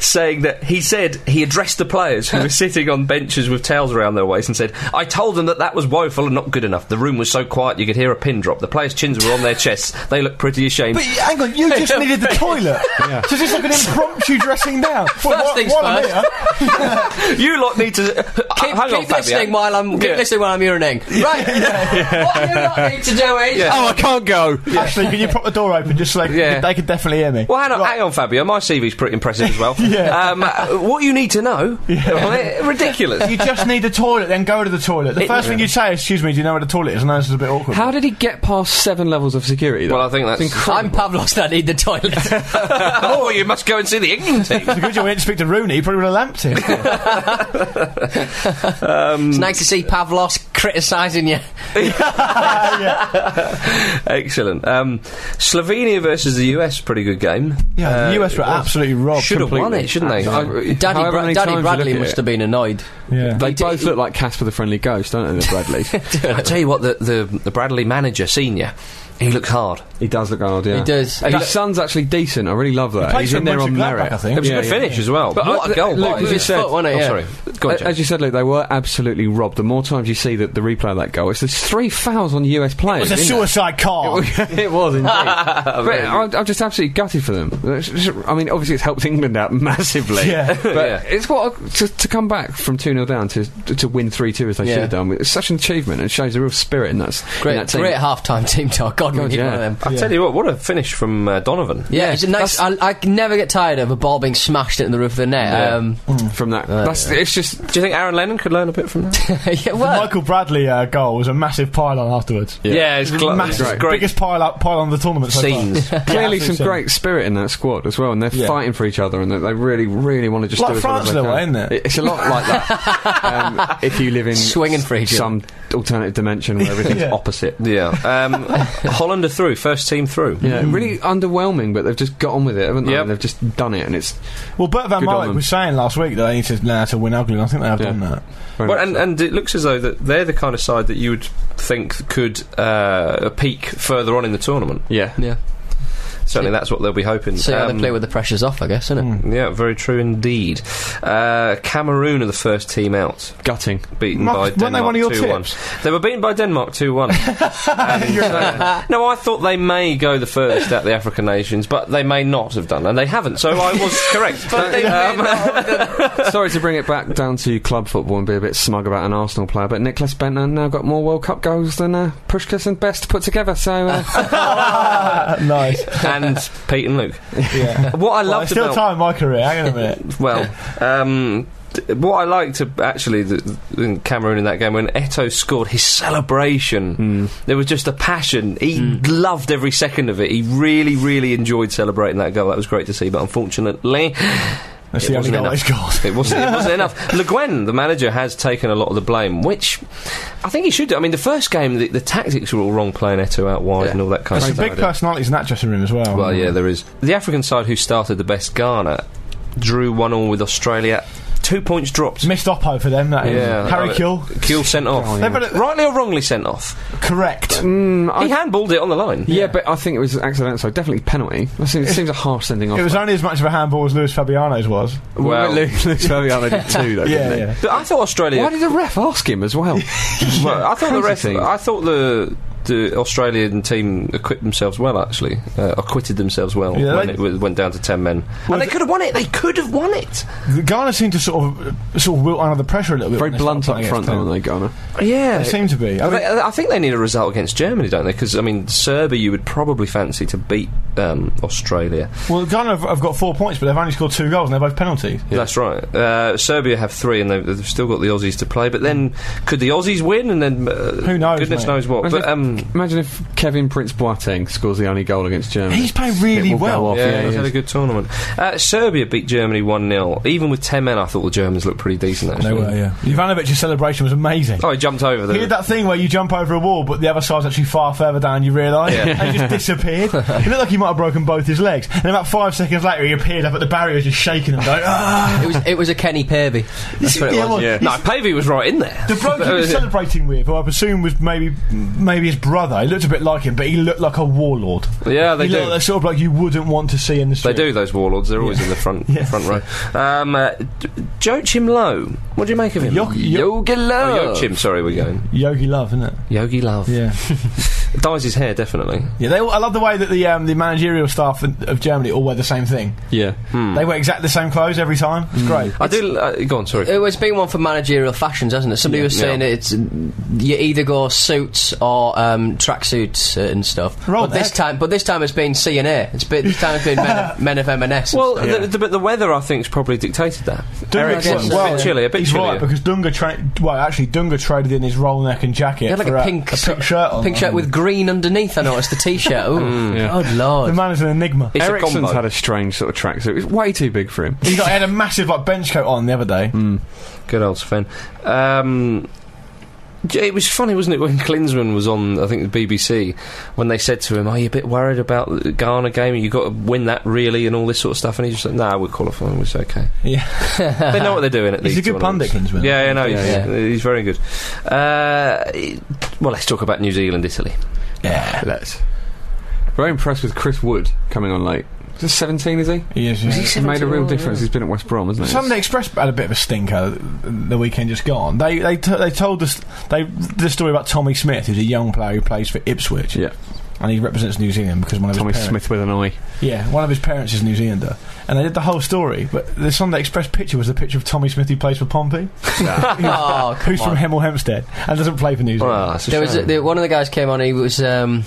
saying that he said he addressed the players who were sitting on benches with towels around their waist and said, "I told them that that was woeful and not good enough. The room was so quiet you could hear a pin drop. The players' chins were on their chests. They looked pretty ashamed."
But y- hang on, you just needed the toilet. So this is like an impromptu dressing down. Well,
First
whi-
things
while I'm
first.
here-
You lot need to
Keep,
hang on,
keep listening
Fabian.
while I'm keep
Yeah.
listening while I'm urinating. Right. What you lot need to do is
Oh, I can't go.
Actually, can you prop the door open just so they,
Yeah.
they could definitely hear me?
Well, hang on, hang on, Fabio. My CV's pretty impressive as well.
Yeah.
um, uh, what you need to know, Well, uh, ridiculous.
You just need the toilet, then go to the toilet. The
It-
first thing you say is, excuse me, do you know where the toilet is? And that's a bit awkward.
How did he get past seven levels of security? Though?
Well, I think that's-
It's
I'm
incredible.
Pavlos and I need the toilet.
oh, you must go and see the England team.
It's a good job we didn't speak to Rooney, he probably would have lamped him.
it's nice to see Pavlos criticising you.
Excellent. Um, Slovenia versus the US, pretty good game.
Yeah, the US were absolutely
Oh,
robbed.
Should have won it, shouldn't they?
I-
Daddy,
however
Bra-
many times
Daddy
you
Bradley
look at
must
it,
have been annoyed.
Yeah.
They
He did-
both look like Casper the Friendly Ghost, don't they, the Bradleys?
I tell you what, the, the, the Bradley manager, senior, he looks hard.
he does look hard, yeah.
He does.
And
He
his son's actually decent. I really love that.
played
He's
for
in there on
Mönchengladbach,
merit.
I think.
It was a good
Yeah, yeah.
finish as well.
But
what
I-
a goal!
look,
by
you
him.
said- Oh,
Foot, wasn't it?
I'm
Yeah.
sorry. Go on,
A-
Jack.
As you said, Luke, they were absolutely robbed. The more times you see the, the replay of that goal, it's there's three fouls on US players.
It's a
isn't
suicide car.
it? it was indeed. but I'm, I'm just absolutely gutted for them. It's just- I mean, obviously, it's helped England out massively.
Yeah.
But
Yeah.
it's what to, to come back from 2 0 down to to win 3 2 as they
Yeah.
should have done. It's such an achievement and shows the real spirit in that,
Great,
in that team.
great half-time team talk. God, we
God,
need
yeah.
one of them.
I tell you what, what a finish from uh, Donovan.
Yeah, it's a nice. I, I can never get tired of a ball being smashed into the roof of the net.
Yeah.
Um,
Mm. From that, that's, it's just
Do you think Aaron Lennon could learn a bit from that?
yeah, well,
Michael Bradley uh, goal was a massive pile on afterwards.
Yeah, it's cl-
Massive,
it's great.
biggest pile up pile on the tournament so far.
Scenes.
Yeah,
clearly
absolute
some
scene.
great spirit in that squad as well, and they're
Yeah.
fighting for each other, and they, they really, really want to just
Like
do as
France
well as
in a way,
they
isn't
can.
it?
It's a lot like that. um, if you live in
Swinging for each other.
some alternative dimension where everything's
Yeah.
opposite.
Yeah. Um, Holland are through, first team through.
Yeah, really underwhelming, but they've just got on with it, haven't they?
Yep.
And they've just done it, and it's
Well, Bert Van
Good on
Marwijk
them.
was saying last week that they need to learn how to win ugly, and I think they have
Yeah.
done that.
very
Well,
much
and,
so.
and it looks as though that they're the kind of side that you would think could uh, peak further on in the tournament.
yeah.
yeah.
Certainly, that's what they'll be hoping.
So yeah, they
Um,
play with the pressures off, I guess, isn't it?
Yeah, very true indeed. Uh, Cameroon are the first team out,
Gutting.
beaten
Marcus,
by
weren't they
Denmark
one of your
two one. They were beaten by Denmark two one. uh, no, I thought they may go the first at the African nations, but they may not have done, and they haven't. So I was correct. Um,
Sorry to bring it back down to club football and be a bit smug about an Arsenal player, but Nicholas Bentner now got more World Cup goals than uh, Pushkas and Best put together. So uh,
Ah, nice.
and Pete and Luke.
Yeah.
What I
Well,
loved
it's still
about
time in my career. Hang on a minute.
Well, um, what I liked ab- actually the, in Cameroon in that game when Eto scored his celebration,
Hmm.
there was just a passion. He loved every second of it. He really, really enjoyed celebrating that goal. That was great to see, but unfortunately.
That's
it
the only
wasn't
goal
enough.
he's got.
It wasn't, it wasn't enough. Le Guin, the manager, has taken a lot of the blame, which I think he should do. I mean, the first game, the, the tactics were all wrong, playing Eto out wide and all that kind
There's
of
some
stuff.
big personalities in that dressing room as well.
Well, yeah, there is. The African side who started the best, Ghana, drew one all with Australia. Two points dropped.
Missed Oppo for them, that is.
Yeah,
Harry
uh,
Kill.
Kill sent off.
yeah. They've had a-
Rightly or wrongly sent off.
Correct.
Mm, I-
He handballed it on the line.
yeah, but I think it was accidental, so definitely penalty. That seems, it seems a harsh sending off.
It was only as much of a handball as Luis Fabiano's was.
Well-
Lu- Luis Fabiano did too, though.
Yeah,
didn't
yeah.
But I thought
he?
Australia.
Why did the ref ask him as well?
well, I thought the
Crazy
ref.
thing.
I thought the the Australian team acquitted themselves well. Actually, uh, acquitted themselves well
Yeah,
when
they-
it w- went down to ten men, and they could have won it. They could have won it.
The Ghana seemed to sort of uh, sort of wilt under the pressure a little bit.
Very
when they
blunt up
started
front,
playing
aren't they, Ghana?
Yeah,
against them. They seem to be. I
Well,
mean,
they- I think they need a result against Germany, don't they? Because I mean, Serbia, you would probably fancy to beat um, Australia.
well, Ghana have, have got four points, but they've only scored two goals, and they're both penalties.
That's right. Uh, Serbia have three, and they've, they've still got the Aussies to play. But then, could the Aussies win? And then, uh,
Who knows,
Goodness
mate?
knows what.
Imagine
But
if-
um,
Imagine if Kevin Prince Boateng scores the only goal against Germany.
He's played
It
really
will go
well.
off,
yeah,
yeah,
he's
yeah.
had a good tournament. Uh, Serbia beat Germany one 0 Even with ten men, I thought the Germans looked pretty decent.
They
Actually,
were, yeah. Ivanovic's celebration was amazing.
oh, he jumped over
He
there.
did that thing where you jump over a wall, but the other side's actually far further down. You realise,
Yeah.
and he just disappeared. he looked like he might have broken both his legs. And about five seconds later, he appeared up at the barrier, just shaking them, going, "Ah!"
It was it was a Kenny Pervy. That's what it
Yeah,
was.
well,
yeah.
No, Pavey was right in there.
The bloke he was celebrating with, who I presume was maybe maybe his brother. He looked a bit like him, but he looked like a warlord.
yeah, they
he looked
do.
like the sort of bloke you wouldn't want to see in the
They
street.
do those warlords. They're always in the front
Yeah.
front row. Um, uh, D- Joachim Low. What do you make of him?
Yo- yo-
Yogi Low. Oh, Joachim. Sorry, we're going
Yogi Love, isn't it?
Yogi Love.
Yeah,
Dyes his hair definitely.
yeah. They all, I love the way that the um, the managerial staff in- of Germany all wear the same thing.
Yeah.
They wear exactly the same clothes every time. It's great.
I do. Uh, go on. Sorry.
It was been one for managerial fashions, hasn't it? Somebody was saying
Yeah.
it's you either go suits or um, tracksuits uh, and stuff.
Roll
but this
that.
time, but this time it's been C and A. It's been this time it's been men of, men of M&S. and
Well,
stuff.
the, the, but the weather, I think, has probably dictated that.
Dunga
Ericsson.
tra-
It's a bit
chilly, a bit
he's
chillier.
right because Dunga tra- well actually Dunga traded in his roll neck and jacket
He had like
for
a pink,
a, pink shirt on. Mm,
pink shirt with green underneath. I noticed the t-shirt. Ooh,
Yeah.
oh
the
lord!
man's an enigma.
It's a
Ericsson's
combo.
had a strange sort of tracksuit. It was way too big for him.
He, got, he had a massive like bench coat on the other day.
Good old Sven. Um, j- it was funny, wasn't it, when Klinsman was on, I think, the BBC, when they said to him, Are you a bit worried about the Ghana game? you got to win that, really, and all this sort of stuff. And he's just like, Nah, we're qualifying, it's okay.
Yeah,
they know what they're doing at
he's
these
a good pundit,
tournaments.
Klinsman.
Yeah, yeah, no, he's,
Yeah,
he's very good. Uh, it- well, let's talk about New Zealand, Italy.
Let's. Very impressed with Chris Wood coming on late. Is this 17, is he?
He is, yeah.
He's made a real difference. He's been at West Brom, hasn't he?
Sunday Express had a bit of a stinker the weekend just gone. They they t- they told us they the story about Tommy Smith, who's a young player who plays for Ipswich,
Yeah.
and he represents New Zealand because one of
Tommy
his parents,
Smith with an eye.
yeah, one of his parents is New Zealander, and they did the whole story. But the Sunday Express picture was the picture of Tommy Smith who plays for Pompey,
oh, come
who's
on.
from Hemel Hempstead and doesn't play for New Zealand.
Well, that's Ah, a
There was a,
shame.
the, one of the guys came on. He was um,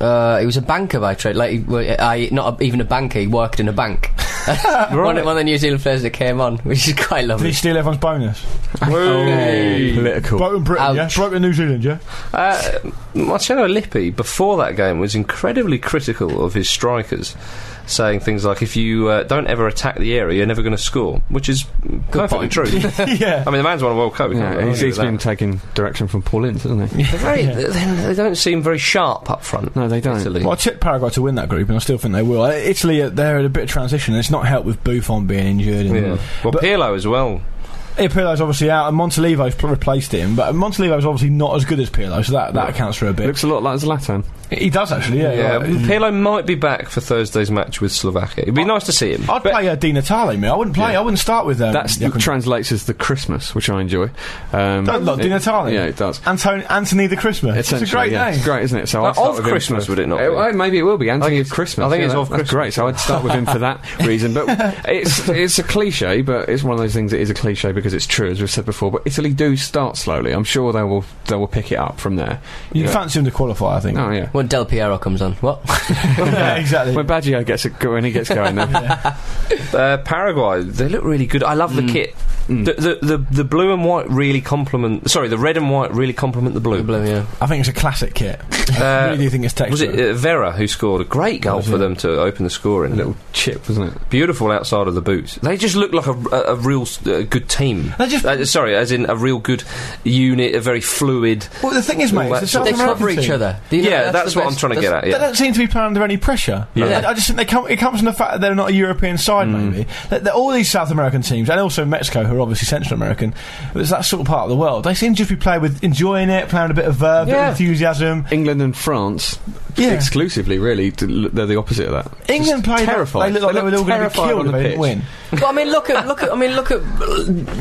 uh, he was a banker by trade. Like, he, well, I, not a, even a banker. He worked in a bank. one, of- one of the New Zealand players that came on, which is quite
Did he
lovely.
steal everyone's bonus? Oh.
Oh,
Political.
Broken Britain, yeah.
Ouch.
Broken New Zealand, yeah.
Uh, Marcello Lippi, before that game, was incredibly critical of his strikers, saying things like, if you uh, don't ever attack the area, you're never going to score, which is perfectly
point.
true. I
yeah.
mean, the man's won a World Cup. we can't
yeah, he's,
argue
he's
with
been
that.
taking direction from Paul Ince, hasn't he?
They're very, they, they don't seem very sharp up front.
No, they don't.
Italy.
Well, I tipped Paraguay to win that group, and I still think they will. Uh, Italy, uh, they're in a bit of transition, and it's not helped with Buffon being injured. And
Yeah. Well,
But-
Pirlo as well.
Yeah, Pirlo's obviously out, and Montalivo's pl- replaced him, but Montalivo's obviously not as good as Pirlo, so that, that accounts for a bit.
Looks a lot like Zlatan.
he does actually, yeah.
Yeah,
you're right.
Pirlo might be back for Thursday's match with Slovakia. It'd be nice to see him.
I'd play uh, Di Natale, mate. I wouldn't play. I wouldn't start with um,
That's
Joachim-
That translates as the Christmas, which I enjoy. Um,
Don't look, Di
it-
Natale.
Yeah, it does.
Antony, Anthony the Christmas. It's a
Essentially,
great
yeah.
name.
It's great, isn't it? So
Like,
I'd start
of
with him
Christmas,
for-
would it not
Uh,
be?
well, maybe it will be. Anthony of Christmas.
I think
yeah,
it's
that-
of
that's great. So I'd start with him for that reason. But it's it's a cliche, but it's one of those things that is a cliche because it's true, as we've said before. But Italy do start slowly. I'm sure they will they will pick it up from there.
You fancy him to qualify, I think.
Oh yeah.
Well, when Del Piero comes on. What?
yeah, exactly.
When Baggio gets it, when he gets going, then.
Uh, Paraguay, they look really good. I love the kit. The, the, the the blue and white really complement. Sorry, the red and white really complement the blue.
Blue, yeah.
I think it's a classic kit. I really do think it's texture.
Was it uh, Vera who scored a great goal for them to open the scoring?
a little chip, wasn't it?
Beautiful outside of the boots. They just look like a, a, a real s- uh, good team.
They just-
Uh, sorry, as in a real good unit, a very fluid.
Well, the thing is, mate,
All
it's
that sort
the South
They
of-
American
cover each
team.
other. Do you know
yeah, that's,
the
what I'm
best-
trying to
that's-
get at.
They
Yeah.
don't seem to be playing under any pressure.
Yeah.
I, I just think they come, it comes from the fact that they're not a European side, maybe. That, that all these South American teams, and also Mexico, who are obviously Central American, but it's that sort of part of the world. They seem to just be playing with enjoying it, playing with a bit of verve, bit
Yeah.
of enthusiasm.
England and France,
Yeah.
exclusively, really, d- they're the opposite of that.
England played.
terrified.
They look like
They
they, were
look
all going to be
terrified
killed
on
if
the
they didn't
pitch.
win.
But I mean, look at look at. I mean, look at.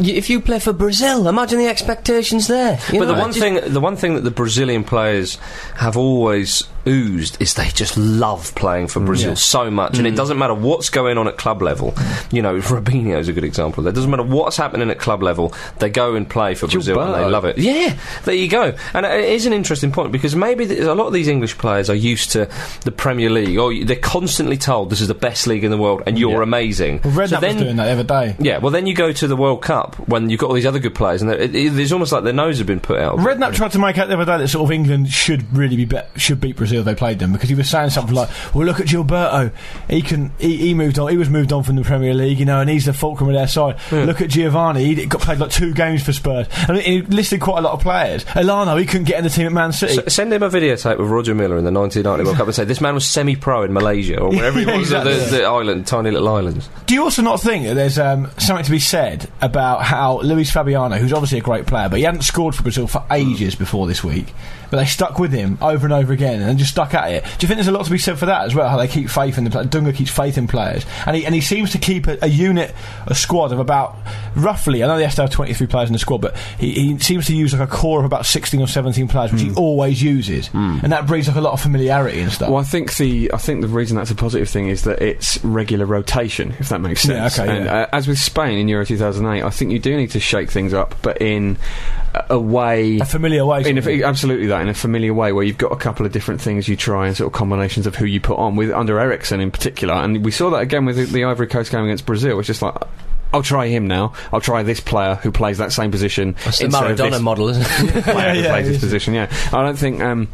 If you play for Brazil, imagine the expectations there. you
But the
know,
one
just-
thing, the one thing that the Brazilian players have always oozed is they just love playing
Mm.
for Brazil so much, and it doesn't matter what's going on at club level. You know, Robinho is a good example. It doesn't matter what's happening at club level; they go and play for Brazil, and they
Gilberto.
love it. Yeah, there you go. And it is an interesting point because maybe th- a lot of these English players are used to the Premier League, or they're constantly told this is the best league in the world, and you're amazing.
Well, Redknapp
So
was doing that the other day.
yeah, well, then you go to the World Cup when you've got all these other good players, and they're- it, it, it's almost like their nose have been put out.
Redknapp tried to make out the other day that sort of England should really be, bet should beat Brazil if they played them because he was saying something like, "Well, look at Gilberto. He can he, he moved on. He was moved on from the Premier League, you know, and he's the fulcrum of their side. Look at Giovanni. He got played like two games for Spurs. and he listed quite a lot of players. Elano, he couldn't get in the team at Man City.
S- send him a videotape of Roger Miller in the 1990 World Cup and say this man was semi-pro in Malaysia or wherever he
Yeah,
was, at the,
exactly.
the island, tiny little islands.
Do you also not think that there's um, something to be said about how Luis Fabiano, who's obviously a great player, but he hadn't scored for Brazil for ages before this week, but they stuck with him over and over again and just stuck at it. Do you think there's a lot to be said for that as well? How they keep faith in the pla- Dunga keeps faith in players, and he and he seems to keep a, a unit, a squad of about roughly. I know they have to have 23 players in the squad, but he, he seems to use like a core of about 16 or 17 players, which
Hmm.
he always uses, and that breeds like a lot of familiarity and stuff.
Well, I think the I think the reason that's a positive thing is that it's regular rotation, if that makes
Yeah,
sense.
okay,
and
yeah.
uh, as with Spain in Euro 2008, I think you do need to shake things up, but in a- a way.
a familiar way.
in
sort of.
a, absolutely that in a familiar way where you've got a couple of different things you try and sort of combinations of who you put on with under Ericsson in particular and we saw that again with the, the Ivory Coast game against Brazil it's just like I'll try him now I'll try this player who plays that same position
That's the
instead of
Maradona
this
model, isn't it?
player who
Yeah,
plays
it
this
is.
position yeah I don't think um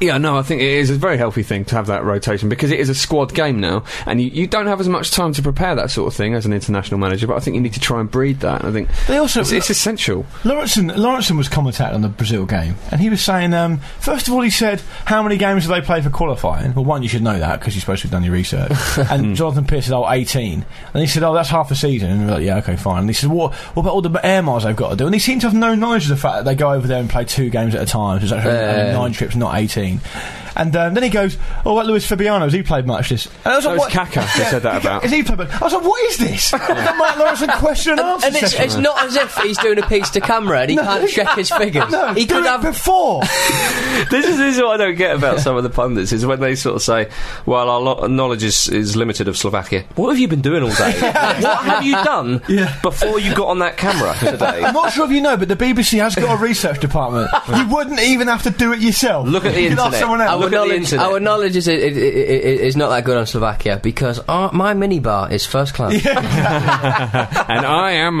yeah, no, I think it is a very healthy thing to have that rotation because it is a squad game now, and you, you don't have as much time to prepare that sort of thing as an international manager. But I think you need to try and breed that. And I think
They also
it's, it's essential.
Lawrenson, Lawrenson was commentating on the Brazil game, and he was saying, um, first of all, he said, how many games do they play for qualifying? Well, one, you should know that because you're supposed to have done your research.
Hmm.
and Jonathan Pierce said, oh, 18. And he said, oh, that's half a season. And we were like, yeah, okay, fine. And he said, what, what about all the air miles they've got to do? And he seemed to have no knowledge of the fact that they go over there and play two games at a time. So it's actually only nine trips, not 18. And um, then he goes, oh, what Luis Fabiano, has he played much this? And I was
That was Kaká who said that about.
Has he played much? I was like, what is this? The Mike Lawrenson question and answer
and it's,
session.
it's not as if he's doing a piece to camera and he can't check his figures.
no,
he
do
could
it
have
before.
this, is, this is what I don't get about some of the pundits is when they sort of say, "Well, our lo- knowledge is, is limited of Slovakia." What have you been doing all day? what have you done before you got on that camera today?
I'm not sure if you know, but the BBC has got a research department. you wouldn't even have to do it yourself.
Look at the
you could
internet.
Ask someone
Our
else.
Look at the
knowledge,
internet.
our knowledge is, i- i- i- i- is not that good on Slovakia because our, my minibar is first class.
and I am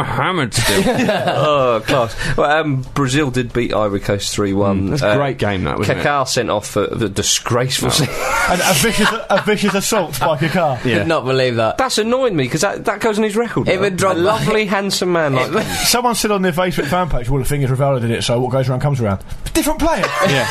hammered still.
oh, class. Well, um, Brazil did beat Ivory Coast three one. Uh,
That's a great game, that, wasn't it?
Kaká sent off for the disgraceful.
And a vicious, a vicious assault by Kakar.
Yeah.
Could not believe that.
That's annoying me because that, that goes on his record.
It
though.
would drop-
a lovely, handsome man like that.
Someone said on their Facebook fan page, "Well, the thing is, Rivaldo did it, so what goes around comes around." Different player.
Yeah.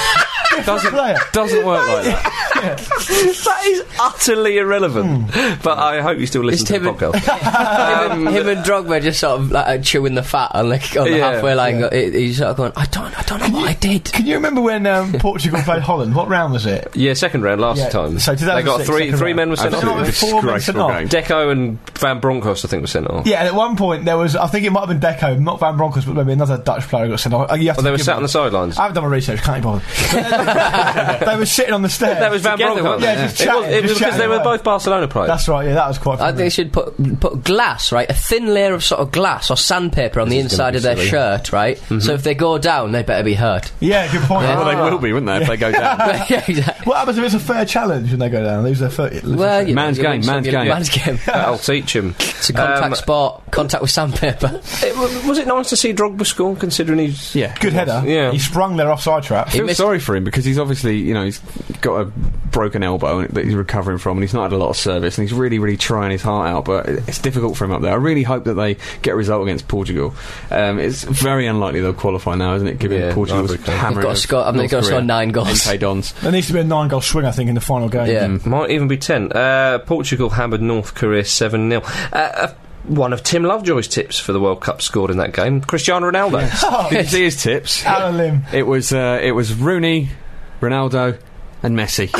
Different player.
Doesn't work like that. Mm.
that is utterly irrelevant. But I hope you still listen
It's
to the
timid.
podcast. Um,
him, and, him and Drogba just sort of like, uh, chewing the fat on, like, on the
Yeah,
halfway line. Go- he- He's sort of going, I don't, I don't know what I did.
Can you remember when um, Portugal played Holland? What round was it?
yeah, second round last
Yeah,
time.
so
they got
2006,
three
second
three
round.
men were sent
Absolutely.
off.
It's four minutes
Disgraceful
and
game.
Deco and Van Bronckhorst, I think, were sent off.
Yeah, and at one point there was, I think it might have been Deco, not Van Bronckhorst, but maybe another Dutch player who got sent off. Uh, you have
Well,
to
they were
give
sat
them-
on the sidelines.
I haven't done my research, can't be bothered. they were sitting on the stairs.
That was Van
together,
Bronkhorst.
weren't they?
Yeah, just
it was,
chatting-
it was
just
because they
chatting
were
away.
both Barcelona players.
That's right. Yeah, that was quite.
I think
funny.
they should put put glass, right? A thin layer of sort of glass or sandpaper on the
is gonna
inside
be
of their
silly.
shirt, right? So if they go down, they better be hurt.
Yeah, good point.
Well, they will be, wouldn't they, if they go down?
yeah, exactly.
What happens if it's a fair challenge when they go down? Lose their foot.
Well, you
Man's
you
game,
win some,
man's
you lose.
game.
man's game.
I'll teach him.
It's a contact
Um,
sport, contact with sandpaper.
It, wa- was it nice to see Drogba score, considering he's
yeah.
good header.
Yeah.
he sprung their offside trap.
I feel
missed-
sorry for him because he's obviously, you know, he's got a broken elbow and- that he's recovering from, and he's not had a lot of service, and he's really, really trying his heart out. But it- it's difficult for him up there. I really hope that they get a result against Portugal. Um, it's very unlikely they'll qualify now, isn't it? Given
Yeah,
Portugal's
Ivory Coast.
hammering
They've got to
of
score- I mean, they've
North
got to score
Korea.
nine goals.
MK Dons.
There needs to be a nine-goal swing, I think, in the final game.
Yeah.
Mm. might even be ten. Uh, Portugal hammered North Korea seven 0 uh, uh, One of Tim Lovejoy's tips for the World Cup scored in that game: Cristiano Ronaldo.
Oh,
Did you see his tips?
Alan Lim.
It was uh, it was Rooney, Ronaldo, and Messi.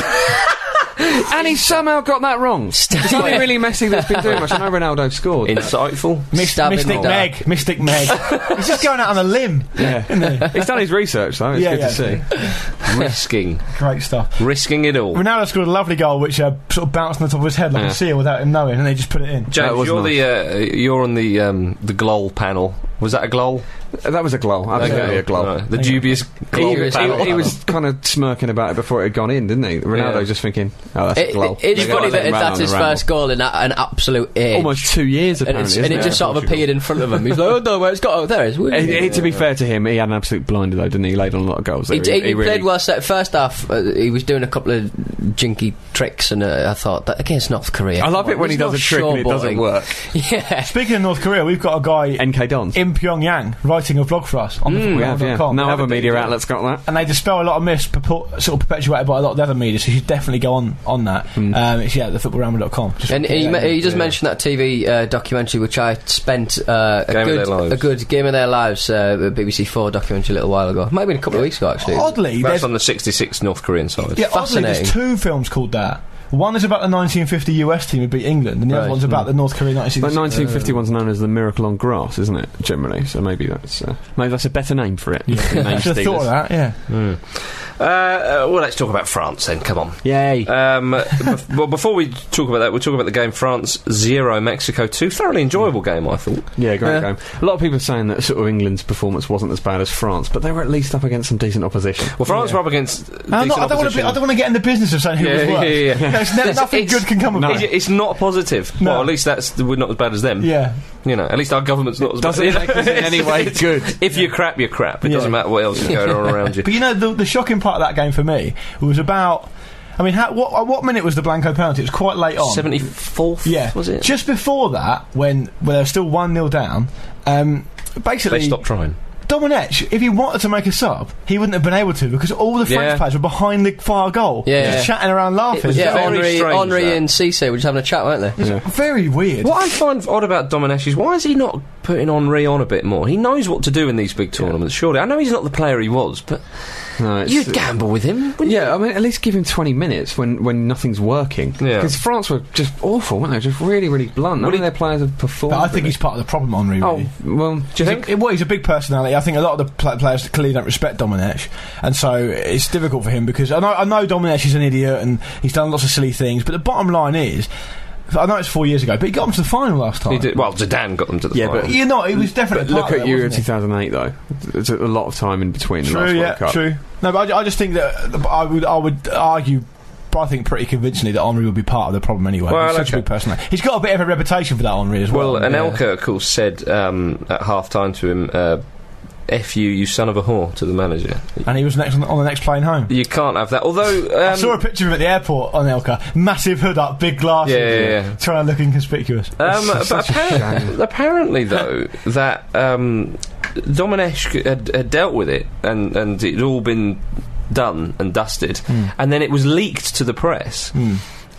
and he somehow got that wrong. It's only really Messi that's been doing much. I know Ronaldo scored.
Insightful.
Mis-
Stab him
Mystic
in the dark.
Meg. Mystic Meg. He's just going out on a limb.
yeah. He's done his research though. It's
Yeah,
good to
yeah.
see.
risking,
Great stuff.
risking it all.
Ronaldo scored a lovely goal, which uh, sort of bounced on the top of his head like
Yeah.
a seal without him knowing, and they just put it in.
That
James,
was
you're the uh, you're on the um, the Glol panel. Was that a Glol?
That was a glow. Absolutely
Okay.
a glow.
Right. The dubious
He,
Glol
was,
panel.
he, he was kind of smirking about it before it had gone in, didn't he? Ronaldo
Yeah.
just thinking, "Oh, that's a
It,
glow."
it- it's
They got
funny that
him round
that's
on
his
the ramble.
first goal in a, an absolute age.
Almost two years
And,
apparently,
it's,
isn't
and it just sort of appeared in front of him. He's like, oh no, where it's got, oh there it is.
It- it- to be fair to him, he had an absolute blinder though, didn't he? He laid on a lot of goals.
He,
there.
he, he
really-
played well set first half. Uh, he was doing a couple of jinky tricks, and uh, I thought that against North Korea.
I love
come
it
on,
when he
there's
does a trick
no
and it doesn't
showboating.
work.
Yeah,
Speaking of North Korea, we've got a guy
NK Dons.
in Pyongyang writing a blog for us on
Mm, We have, yeah.
thefootball.com.
No other media outlets got that.
and they dispel a lot of myths purport, sort of perpetuated by a lot of the other media, so you should definitely go on on that. Um, it's yeah, thefootballramble.com. Just
and he,
Yeah,
ma- he does
yeah.
mention that TV uh, documentary which I spent uh, a
Game of
good
Their Lives.
a good game of their lives uh, a BBC Four documentary a little while ago. Might have been a couple of weeks ago actually.
Oddly,
That's
there's,
on the 66 North Korean side.
yeah, oddly,
fascinating.
there's two films called that. One is about the 1950 US team who beat England, and the
Right,
other one's about the North Korea
But
1960.
1951's known as the Miracle on Grass, isn't it? Generally, so maybe that's uh, maybe that's a better name for it.
I
Name
should have thought of
stealers.
that. Yeah,
Uh, uh, well, let's talk about France then. Come on.
Yay!
Um, bef- well, before we talk about that, we'll talk about the game France zero, Mexico two. Thoroughly enjoyable game, I thought.
yeah,
yeah.
great game. A lot of people are saying that sort of England's performance wasn't as bad as France, but they were at least up against some decent opposition.
Well, France were up against.
I'm not, I don't want to.
opposition.
I don't want to get in the business of saying who
Yeah,
was
yeah,
worse.
yeah, yeah.
No, it's ne- nothing
it's-
good can come of
It's,
it.
it's not positive.
No.
Well, at least that's we're not as bad as them.
Yeah,
You know, at least our government's not as
Doesn't
bad.
make us in any way good.
If you're crap, you're crap. It
Yeah.
doesn't matter what else is going on around you.
but you know the, the shocking part of that game for me was about. I mean, how, what at what minute was the Blanco penalty? It was quite late on.
Seventy fourth,
Yeah,
was it?
Just before that, when when they were still one 0 down, um,
they
basically
stopped trying.
Domenech, if he wanted to make a sub, he wouldn't have been able to because all the French
Yeah.
players were behind the far goal,
Yeah,
just
yeah.
chatting around laughing.
yeah,
very
Henri,
strange,
Henri
that.
and Cisse were just having a chat, weren't they?
very weird.
What I find odd about Domenech is why is he not putting Henri on a bit more? He knows what to do in these big tournaments. Surely, I know he's not the player he was, but
No, it's-
you'd gamble with him. wouldn't you?
Yeah, I mean, at least give him 20 minutes when, when nothing's working.
Yeah.
Because France were just awful, weren't they? Just really, really blunt. None
Well,
of their players have performed.
but I think
really.
he's part of the problem, Henri.
Oh,
really.
well, do you
He's a-
think?
it- well, he's a big personality. I think a lot of the pl- players clearly don't respect Domenech, and so it's difficult for him because I know, I know Domenech is an idiot and he's done lots of silly things. But the bottom line is, I know it's four years ago, but he got him to the final last time.
He did- well, Zidane got them to the
Yeah, but-
final.
You know, he was definitely.
Look
part of
at
it,
Euro
wasn't he?
2008, though. There's a lot of time in between the
True,
last
yeah,
World Cup.
true. No, but I, ju- I just think that uh, the- I would I would argue. but I think pretty convincingly that Henri would be part of the problem anyway.
Well,
He's such a
okay.
big personality. He's got a bit of a reputation for that, Henri, as well.
Well, and
Yeah.
Elka, of course, said um, at half time to him, uh, F you, you son of a whore, to the manager.
And he was next on the, on the next plane home.
You can't have that. Although.
I
Um,
saw a picture of him at the airport on Elka. Massive hood up, big glasses.
Yeah, yeah, yeah.
Trying to look inconspicuous.
um, but apparently, apparently, though, that um, Domenech had, had dealt with it and, and
Hmm.
it had all been done and dusted, and then it was leaked to the press.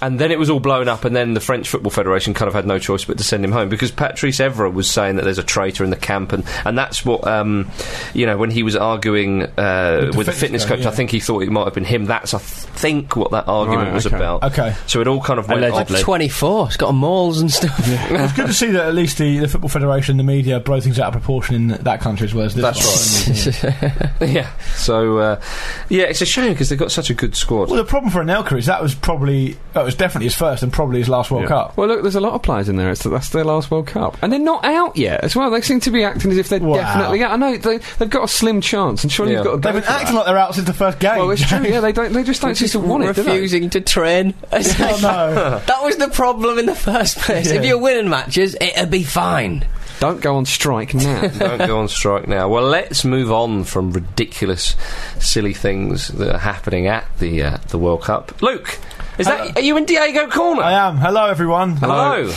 And then it was all blown up, and then the French Football Federation kind of had no choice but to send him home because Patrice Evra was saying that there's a traitor in the camp, and, and that's what, um, you know, when he was arguing uh,
the
with the
fitness
fitness
guy,
coach,
yeah.
I think he thought it might have been him. That's, I think, what that argument
Right,
was
okay.
about.
Okay.
So it all kind of went off.
Allegedly. 24. It's got malls and stuff.
it's good to see that at least the, the Football Federation, the media, blow things out of proportion in that country as well as this.
That's
right.
yeah. So, uh, yeah, it's a shame because they've got such a good squad.
Well, the problem for Anelka is that was probably that was definitely his first and probably his last World Cup.
Well, look, there's a lot of players in there. It's that's their last World Cup, and they're not out yet as well. They seem to be acting as if they're
Wow.
definitely out. I know they, they've got a slim chance, and surely
Yeah.
you've got to go
They've been
for
acting
that.
like they're out since the first game.
Well, it's true. Yeah, they don't. They just don't seem
Just
to want it. do they?
refusing to train. It's
oh,
like-
no.
That was the problem in the first place. If
Yeah.
you're winning matches, it'd be fine.
Don't go on strike now.
Don't go on strike now. Well, let's move on from ridiculous, silly things that are happening at the uh, the World Cup. Luke, is that are you in Diego Corner?
I am. Hello, everyone.
Hello.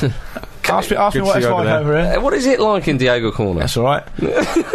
Ask me, ask me
Good
what
to
it's
see you
like
over
over here.
Uh, what is it like in Diego Corner?
That's all right.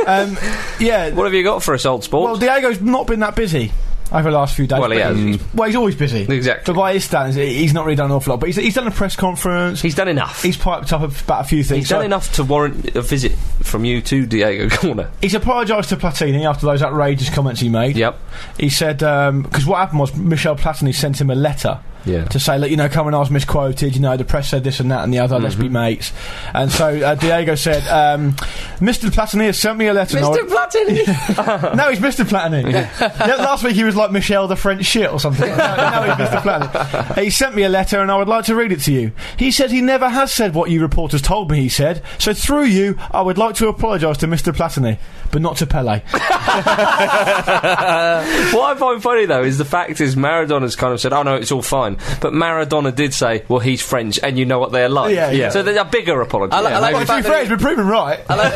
um, yeah.
What have you got for us, old
Well,
sport?
Diego's not been that busy over the last few days.
Well, he
but
has.
He's, well, he's always busy.
Exactly.
But by his standards, he- he's not really done an awful lot. But he's, he's done a press conference.
he's done enough.
He's piped up about a few things.
He's done
So-
enough to warrant a visit from you to Diego Corner.
He's apologised to Platini after those outrageous comments he made.
Yep.
He said because what happened was Michel Platini sent him a letter
Yeah.
to say, look, you know, Cameron I was misquoted. You know, the press said this and that and the other. Let's be mates. And so uh, Diego said, um, Mr. Platini has sent me a letter. and I-
Mr. Platini!
no, he's Mr. Platini. Yeah, Last week he was like Michel the French shit or something. No, now he's Mr. Platini. He sent me a letter and I would like to read it to you. He said he never has said what you reporters told me, he said. So through you, I would like to apologise to Mr. Platini, but not to Pele.
What I find funny though is the fact is Maradona's kind of said, "Oh no, it's all fine," but Maradona did say, "Well, he's French, and you know what they're like."
Yeah, yeah.
So there's a bigger apology.
I li- I like
Well,
the
to be
fact
fair,
that
he's been proven right.
I like,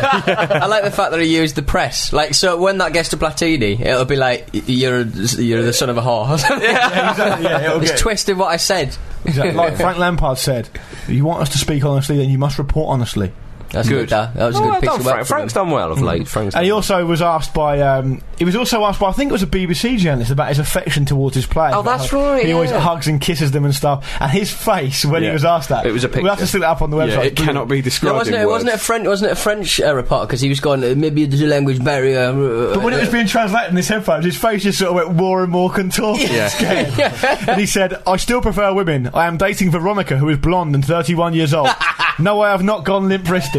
I like the fact that he used the press. Like, so when that gets to Platini, it'll be like, y- you're, you're the son of a whore.
yeah, exactly. Yeah, it'll
He's
get-
twisted what I said.
exactly. Like Frank Lampard said, you want us to speak honestly, then you must report honestly.
That's good. That, that Mm. was
Oh,
a good
well
piece
done,
of work
Frank.
from
Frank's done well of late. Frank's
And
done
he also was asked by, um, he was also asked by, I think it was a BBC journalist about his affection towards his players.
Oh,
About
that's
how
right,
He always
yeah.
hugs and kisses them and stuff. And his face when he
Yeah.
was asked that,
It was a
We'll have
picture.
to stick that up on the website.
yeah, it cannot be described.
No, wasn't
in
it?
words.
Wasn't it a French? Wasn't it a French uh, reporter? Because he was going, uh, maybe there's a language barrier. uh,
But when it was being translated in his headphones, his face just sort of went more and more contorted.
Yeah.
Scared. and he said, I still prefer women. I am dating Veronica, who is blonde and 31 years old. no, I have not gone limp wristed.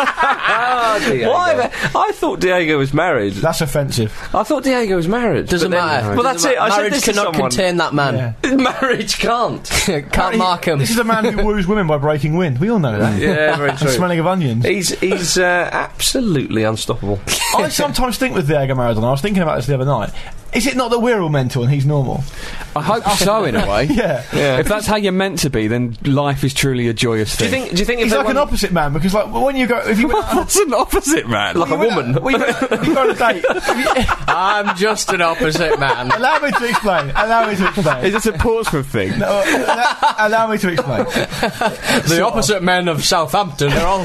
Ah,
well. Why? the- I thought Diego was married.
That's offensive.
I thought Diego was married.
doesn't
but then-
matter.
Well, that's
Doesn't
it. I
matter.
said
Marriage
this to
cannot
someone.
contain that man.
Marriage can't.
Can't mark him.
This is a man who woos women by breaking wind. We all know that.
yeah, very
And
true.
smelling of onions.
He's he's uh, absolutely unstoppable.
I sometimes think with Diego Maradona, I was thinking about this the other night. Is it not that we're all mental and he's normal?
I hope so, in a way.
Yeah.
If that's how you're meant to be, then life is truly a joyous
Do
thing.
you think? Do you think if
He's
they
like an
won-
opposite man because, like, when you go, if you went out,
That's an opposite, man.
like a woman?
when you went out- if you go on a date,
I'm just an opposite man.
allow me to explain. Allow me to explain.
this a Portsmouth thing?
Uh, allow- allow me to explain.
the opposite men of Southampton are all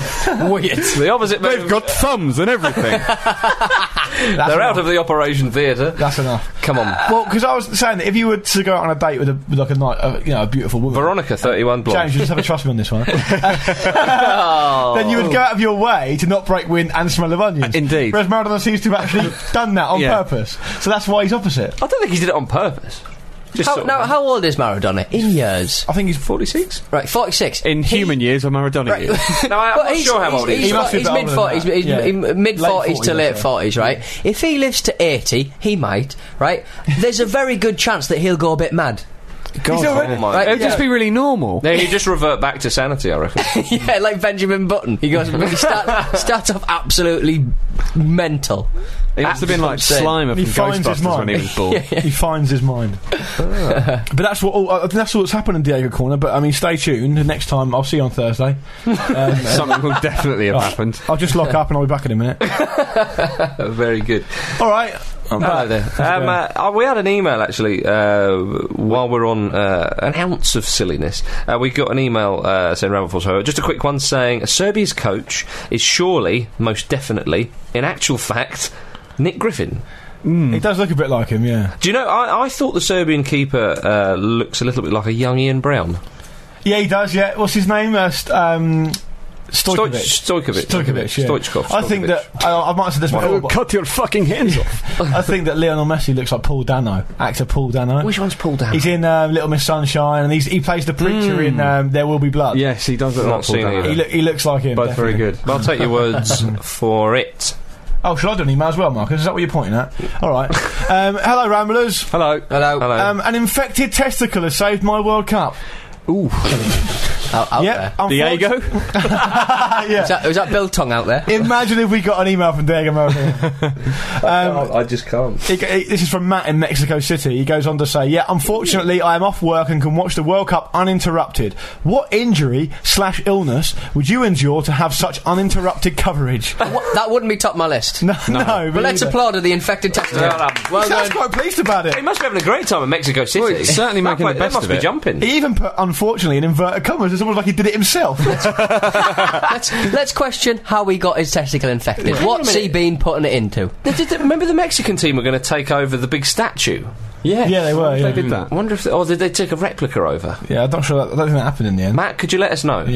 weird.
the opposite. man-
got thumbs and everything.
That's
They're out
enough.
of the Operation Theatre.
That's enough.
Come on,
Well, because I was saying that if you were to go out on a date with a with like a night, uh, you know, a beautiful woman,
Veronica, thirty-one
James,
blonde.
you just have to trust me on this one.
Oh.
then you would go out of your way to not break wind and smell of onions.
Indeed.
Whereas Maradona seems to have actually done that on
Yeah.
purpose. So that's why he's opposite.
I don't think he did it on purpose. Just
How,
sort of-
now, how old is Maradona? In years,
I think he's
forty-six.
right? Forty-six.
In human years or Maradona years?
No, I- I'm
But
not
he's-
sure how old he
he's,
is.
He must be
he's
a bit
mid
older
forties,
than that. Yeah.
mid forties
Late
to
40s,
late
that's
forties, right? If he lives to eighty, he might, right? There's a very good chance that he'll go a bit mad.
He's already-
oh my.
Right.
It would just be really normal.
No, you just revert back to sanity, I reckon.
yeah, like Benjamin Button. He goes, he start, starts off absolutely mental.
It must have been like
Absolutely.
Slimer
He
from
finds his
Ghostbusters
mind.
when he was born.
he finds his mind. but that's what all, uh, that's what's happened in Diego Corner. But I mean, stay tuned. The Next time, I'll see you on Thursday.
Something will definitely have happened.
I'll just lock up and I'll be back in a minute.
Oh, Very good.
All right.
Hello there. Um, uh, uh, we had an email actually uh, while we're on uh, an ounce of silliness. Uh, we got an email uh, saying Ramble Force Hero, just a quick one saying Serbia's coach is surely, most definitely, in actual fact, Nick Griffin.
It does look a bit like him, yeah.
Do you know? I, I thought the Serbian keeper uh, looks a little bit like a young Ian Brown.
Yeah, he does, yeah. What's his name? Uh, St- um,
Stoic-
Stojkovic.
Stojkovic.
Stojkovic, yeah.
Stoichkov,
I think
Stojkovic.
that I, I might have said this before. but
cut your fucking hands off.
I think that Lionel Messi looks like Paul Dano, actor Paul Dano.
Which one's pulled down?
He's in um, Little Miss Sunshine, and he's, he plays the preacher in um, There Will Be Blood.
Yes, he does look
Not
like Paul
seen
Dano.
either.
he, loo- he looks like him.
Both
definitely.
very good.
I'll take your words for it.
Oh, should I do an email as well, Marcus? Is that what you're pointing at? All right. Um, hello, Ramblers.
Hello.
Hello.
Hello.
Um, an infected testicle has saved my World Cup.
Ooh,
Out, out
Yeah,
there.
unfortunately-
Diego.
yeah.
Is that, is that Biltong out there?
Imagine if we got an email from Diego Maradona. um,
I just can't.
he g- he- this is from Matt in Mexico City. He goes on to say, "Yeah, unfortunately, I am off work and can watch the World Cup uninterrupted. What injury slash illness would you endure to have such uninterrupted coverage?"
What, that wouldn't be top of my list.
no, no.
but let's applaud to the infected testicle.
Well done.
Well
I was
done.
quite pleased about
He
it.
must be having a great time in Mexico City.
Well, he's certainly
That
making the
they
best
must
of
be
it.
jumping.
He even put, unfortunately, in inverted commas, it's almost like he did it himself.
Let's, let's question how he got his testicle infected.
Wait a
What's he
minute.
been putting it into?
They did- remember the Mexican team were going to take over the big statue.
Yeah,
Yeah, they were, yeah.
They did
I
that.
wonder if, they, or did they take a replica over?
yeah, I'm not sure. That, I don't think that happened in the end.
Matt, could you let us know?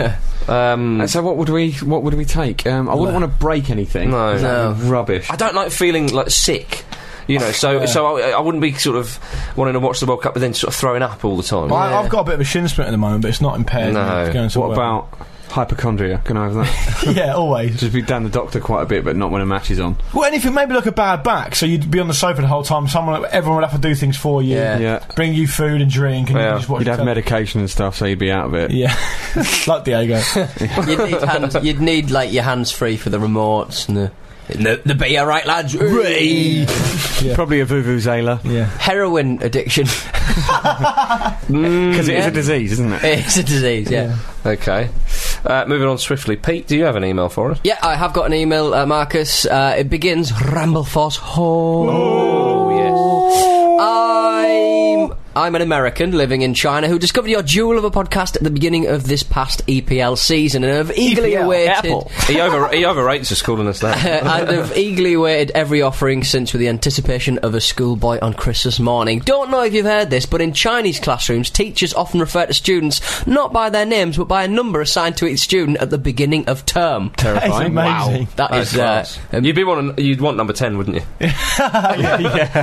Yeah.
Um,
So what would we what would we take? Um, I wouldn't want to break anything.
No.
That'd be rubbish.
I don't like feeling like sick. You know, so so I, I wouldn't be sort of wanting to watch the World Cup, but then sort of throwing up all the time.
Well, I, I've got a bit of a shin splint at the moment, but it's not impaired.
No.
It's going so
What
well.
about hypochondria? Can I have that?
yeah, always.
Just be down the doctor quite a bit, but not when a match is on.
Well, anything, maybe like a bad back. So you'd be on the sofa the whole time. Someone, everyone would have to do things for you.
Yeah.
Yeah.
Bring you food and drink, and
Yeah.
you just watch.
You'd have
tele-
medication and stuff, so you'd be out of it.
Yeah, like Diego.
You'd need, hands, you'd need like your hands free for the remotes and the and the, the beer, right, lads?
Probably a vuvuzela
yeah.
Heroin addiction
because
Mm,
it is
yeah.
a disease, isn't it?
is a disease. Yeah.
Okay. Uh, moving on swiftly. Pete, do you have an email for us?
Yeah, I have got an email, uh, Marcus. Uh, it begins Ramble Force Ho. I'm, I'm an American living in China who discovered your jewel of a podcast at the beginning of this past EPL season and have eagerly
EPL,
awaited.
Apple.
He, over, he overrates us calling us that.
Uh, and have eagerly awaited every offering since with the anticipation of a schoolboy on Christmas morning. Don't know if you've heard this, but in Chinese classrooms, teachers often refer to students not by their names but by a number assigned to each student at the beginning of term.
That is amazing.
That is uh,
That's class. you'd be one. You'd want number ten, wouldn't you?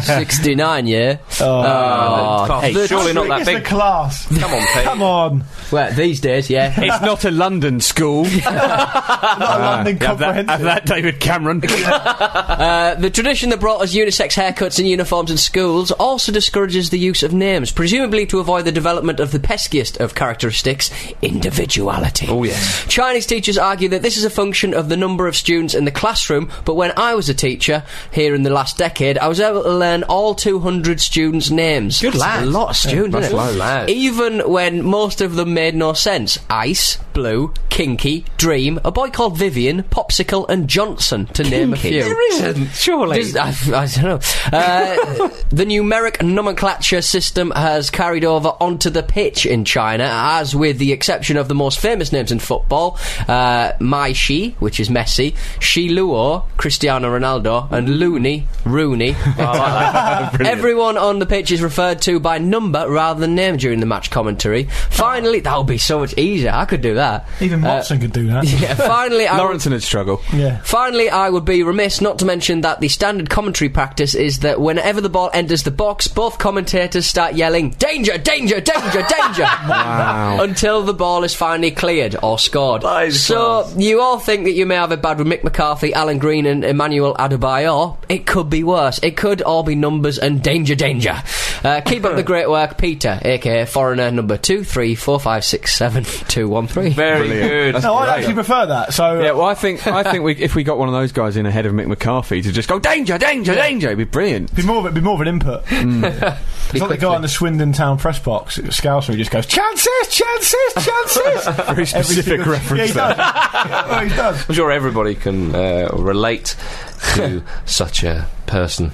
sixty-nine, yeah.
Oh.
Oh, hey,
surely not that
It's the
big.
class.
Come on, Pete.
Come on,
well, these days, yeah.
It's not a London school. Ah,
not a London
have, that, have
comprehensive.
that, David Cameron.
Uh, the tradition that brought us unisex haircuts and uniforms in schools also discourages the use of names, presumably to avoid the development of the peskiest of characteristics, individuality.
Oh, yes.
Chinese teachers argue that this is a function of the number of students in the classroom, but when I was a teacher, here in the last decade, I was able to learn all 200 students' names. Good lad. a lot of students,
that's
isn't it?
low, lad.
Even when most of them made no sense. Ice, Blue, Kinky, Dream, a boy called Vivian, Popsicle and Johnson, to name a few.
isn't, surely.
Does- I, I don't know. Uh, the numeric nomenclature system has carried over onto the pitch in China, as with the exception of the most famous names in football uh, Mai Shi, which is Messi, Shi Luo, Cristiano Ronaldo, and Looney, Rooney. Everyone on the pitch is referred to by number rather than name during the match commentary. Finally, that would be so much easier. I could do that.
Even Watson could do that.
Yeah, finally, I would-
Lawrence would struggle.
Yeah.
Finally, I would be remiss not to mention that the standard commentary practice is that whenever the ball enters the box, both commentators start yelling, Danger, danger, danger, danger! Until the ball is finally cleared or scored. So, you all think that you may have it bad with Mick McCarthy, Alan Green, and Emmanuel Adebayor. It could be worse. It could all be numbers and danger, danger. Uh, keep up the great work, Peter, aka foreigner number 234567213.
Very good.
No, I actually prefer that. So
Yeah, well, I think I think we, if we got one of those guys in ahead of Mick McCarthy to just go danger, danger, danger, it'd be brilliant.
Be more of it. Be more of an input.
Mm.
it's like the guy in the Swindon Town press box, Scouser, who just goes chances, chances, chances. Every
specific
single-
reference
Yeah, he
there.
does. Yeah, he does.
I'm sure everybody can uh, relate to such a person.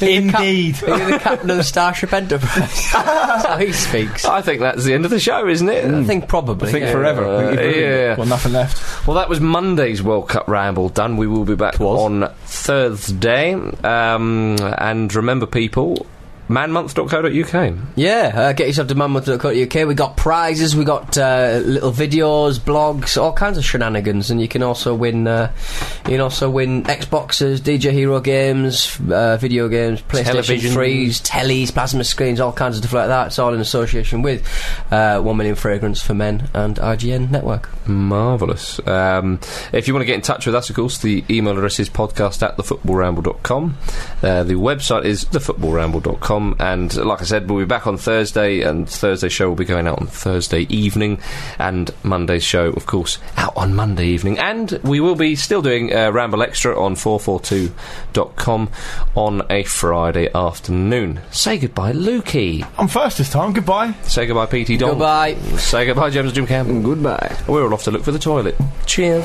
Indeed.
Are you the captain of the Starship Enterprise? That's how he speaks. I
I think that's the end of the show, isn't it?
think probably.
I think
yeah.
forever. I think
Mm. Uh,
you've really-
yeah.
Well, nothing left.
Well, that was Monday's World Cup ramble done. We will be back on Thursday. Um, and remember, people, manmonth.co.uk.
Yeah, uh, get yourself to manmonth.co.uk. We got prizes, we got uh, little videos, blogs, all kinds of shenanigans, and you can also win. Uh, you can also win Xboxes, DJ Hero games, uh, video games, PlayStation
Television.
3s, tellies, plasma screens, all kinds of stuff like that. It's all in association with uh, One Million Fragrance for Men and IGN Network.
Marvellous. Um, if you want to get in touch with us, of course, the email address is podcast at thefootballramble.com. Uh, the website is thefootballramble.com. And like I said, we'll be back on Thursday, and Thursday's show will be going out on Thursday evening, and Monday's show, of course, out on Monday evening. And we will be still doing uh, Ramble Extra on 442.com on a Friday afternoon. Say goodbye, Lukey.
I'm first this time. Goodbye.
Say goodbye, PT Don.
Goodbye.
Say goodbye, James and Jim Campbell.
Goodbye.
We're all off to look for the toilet. Cheers.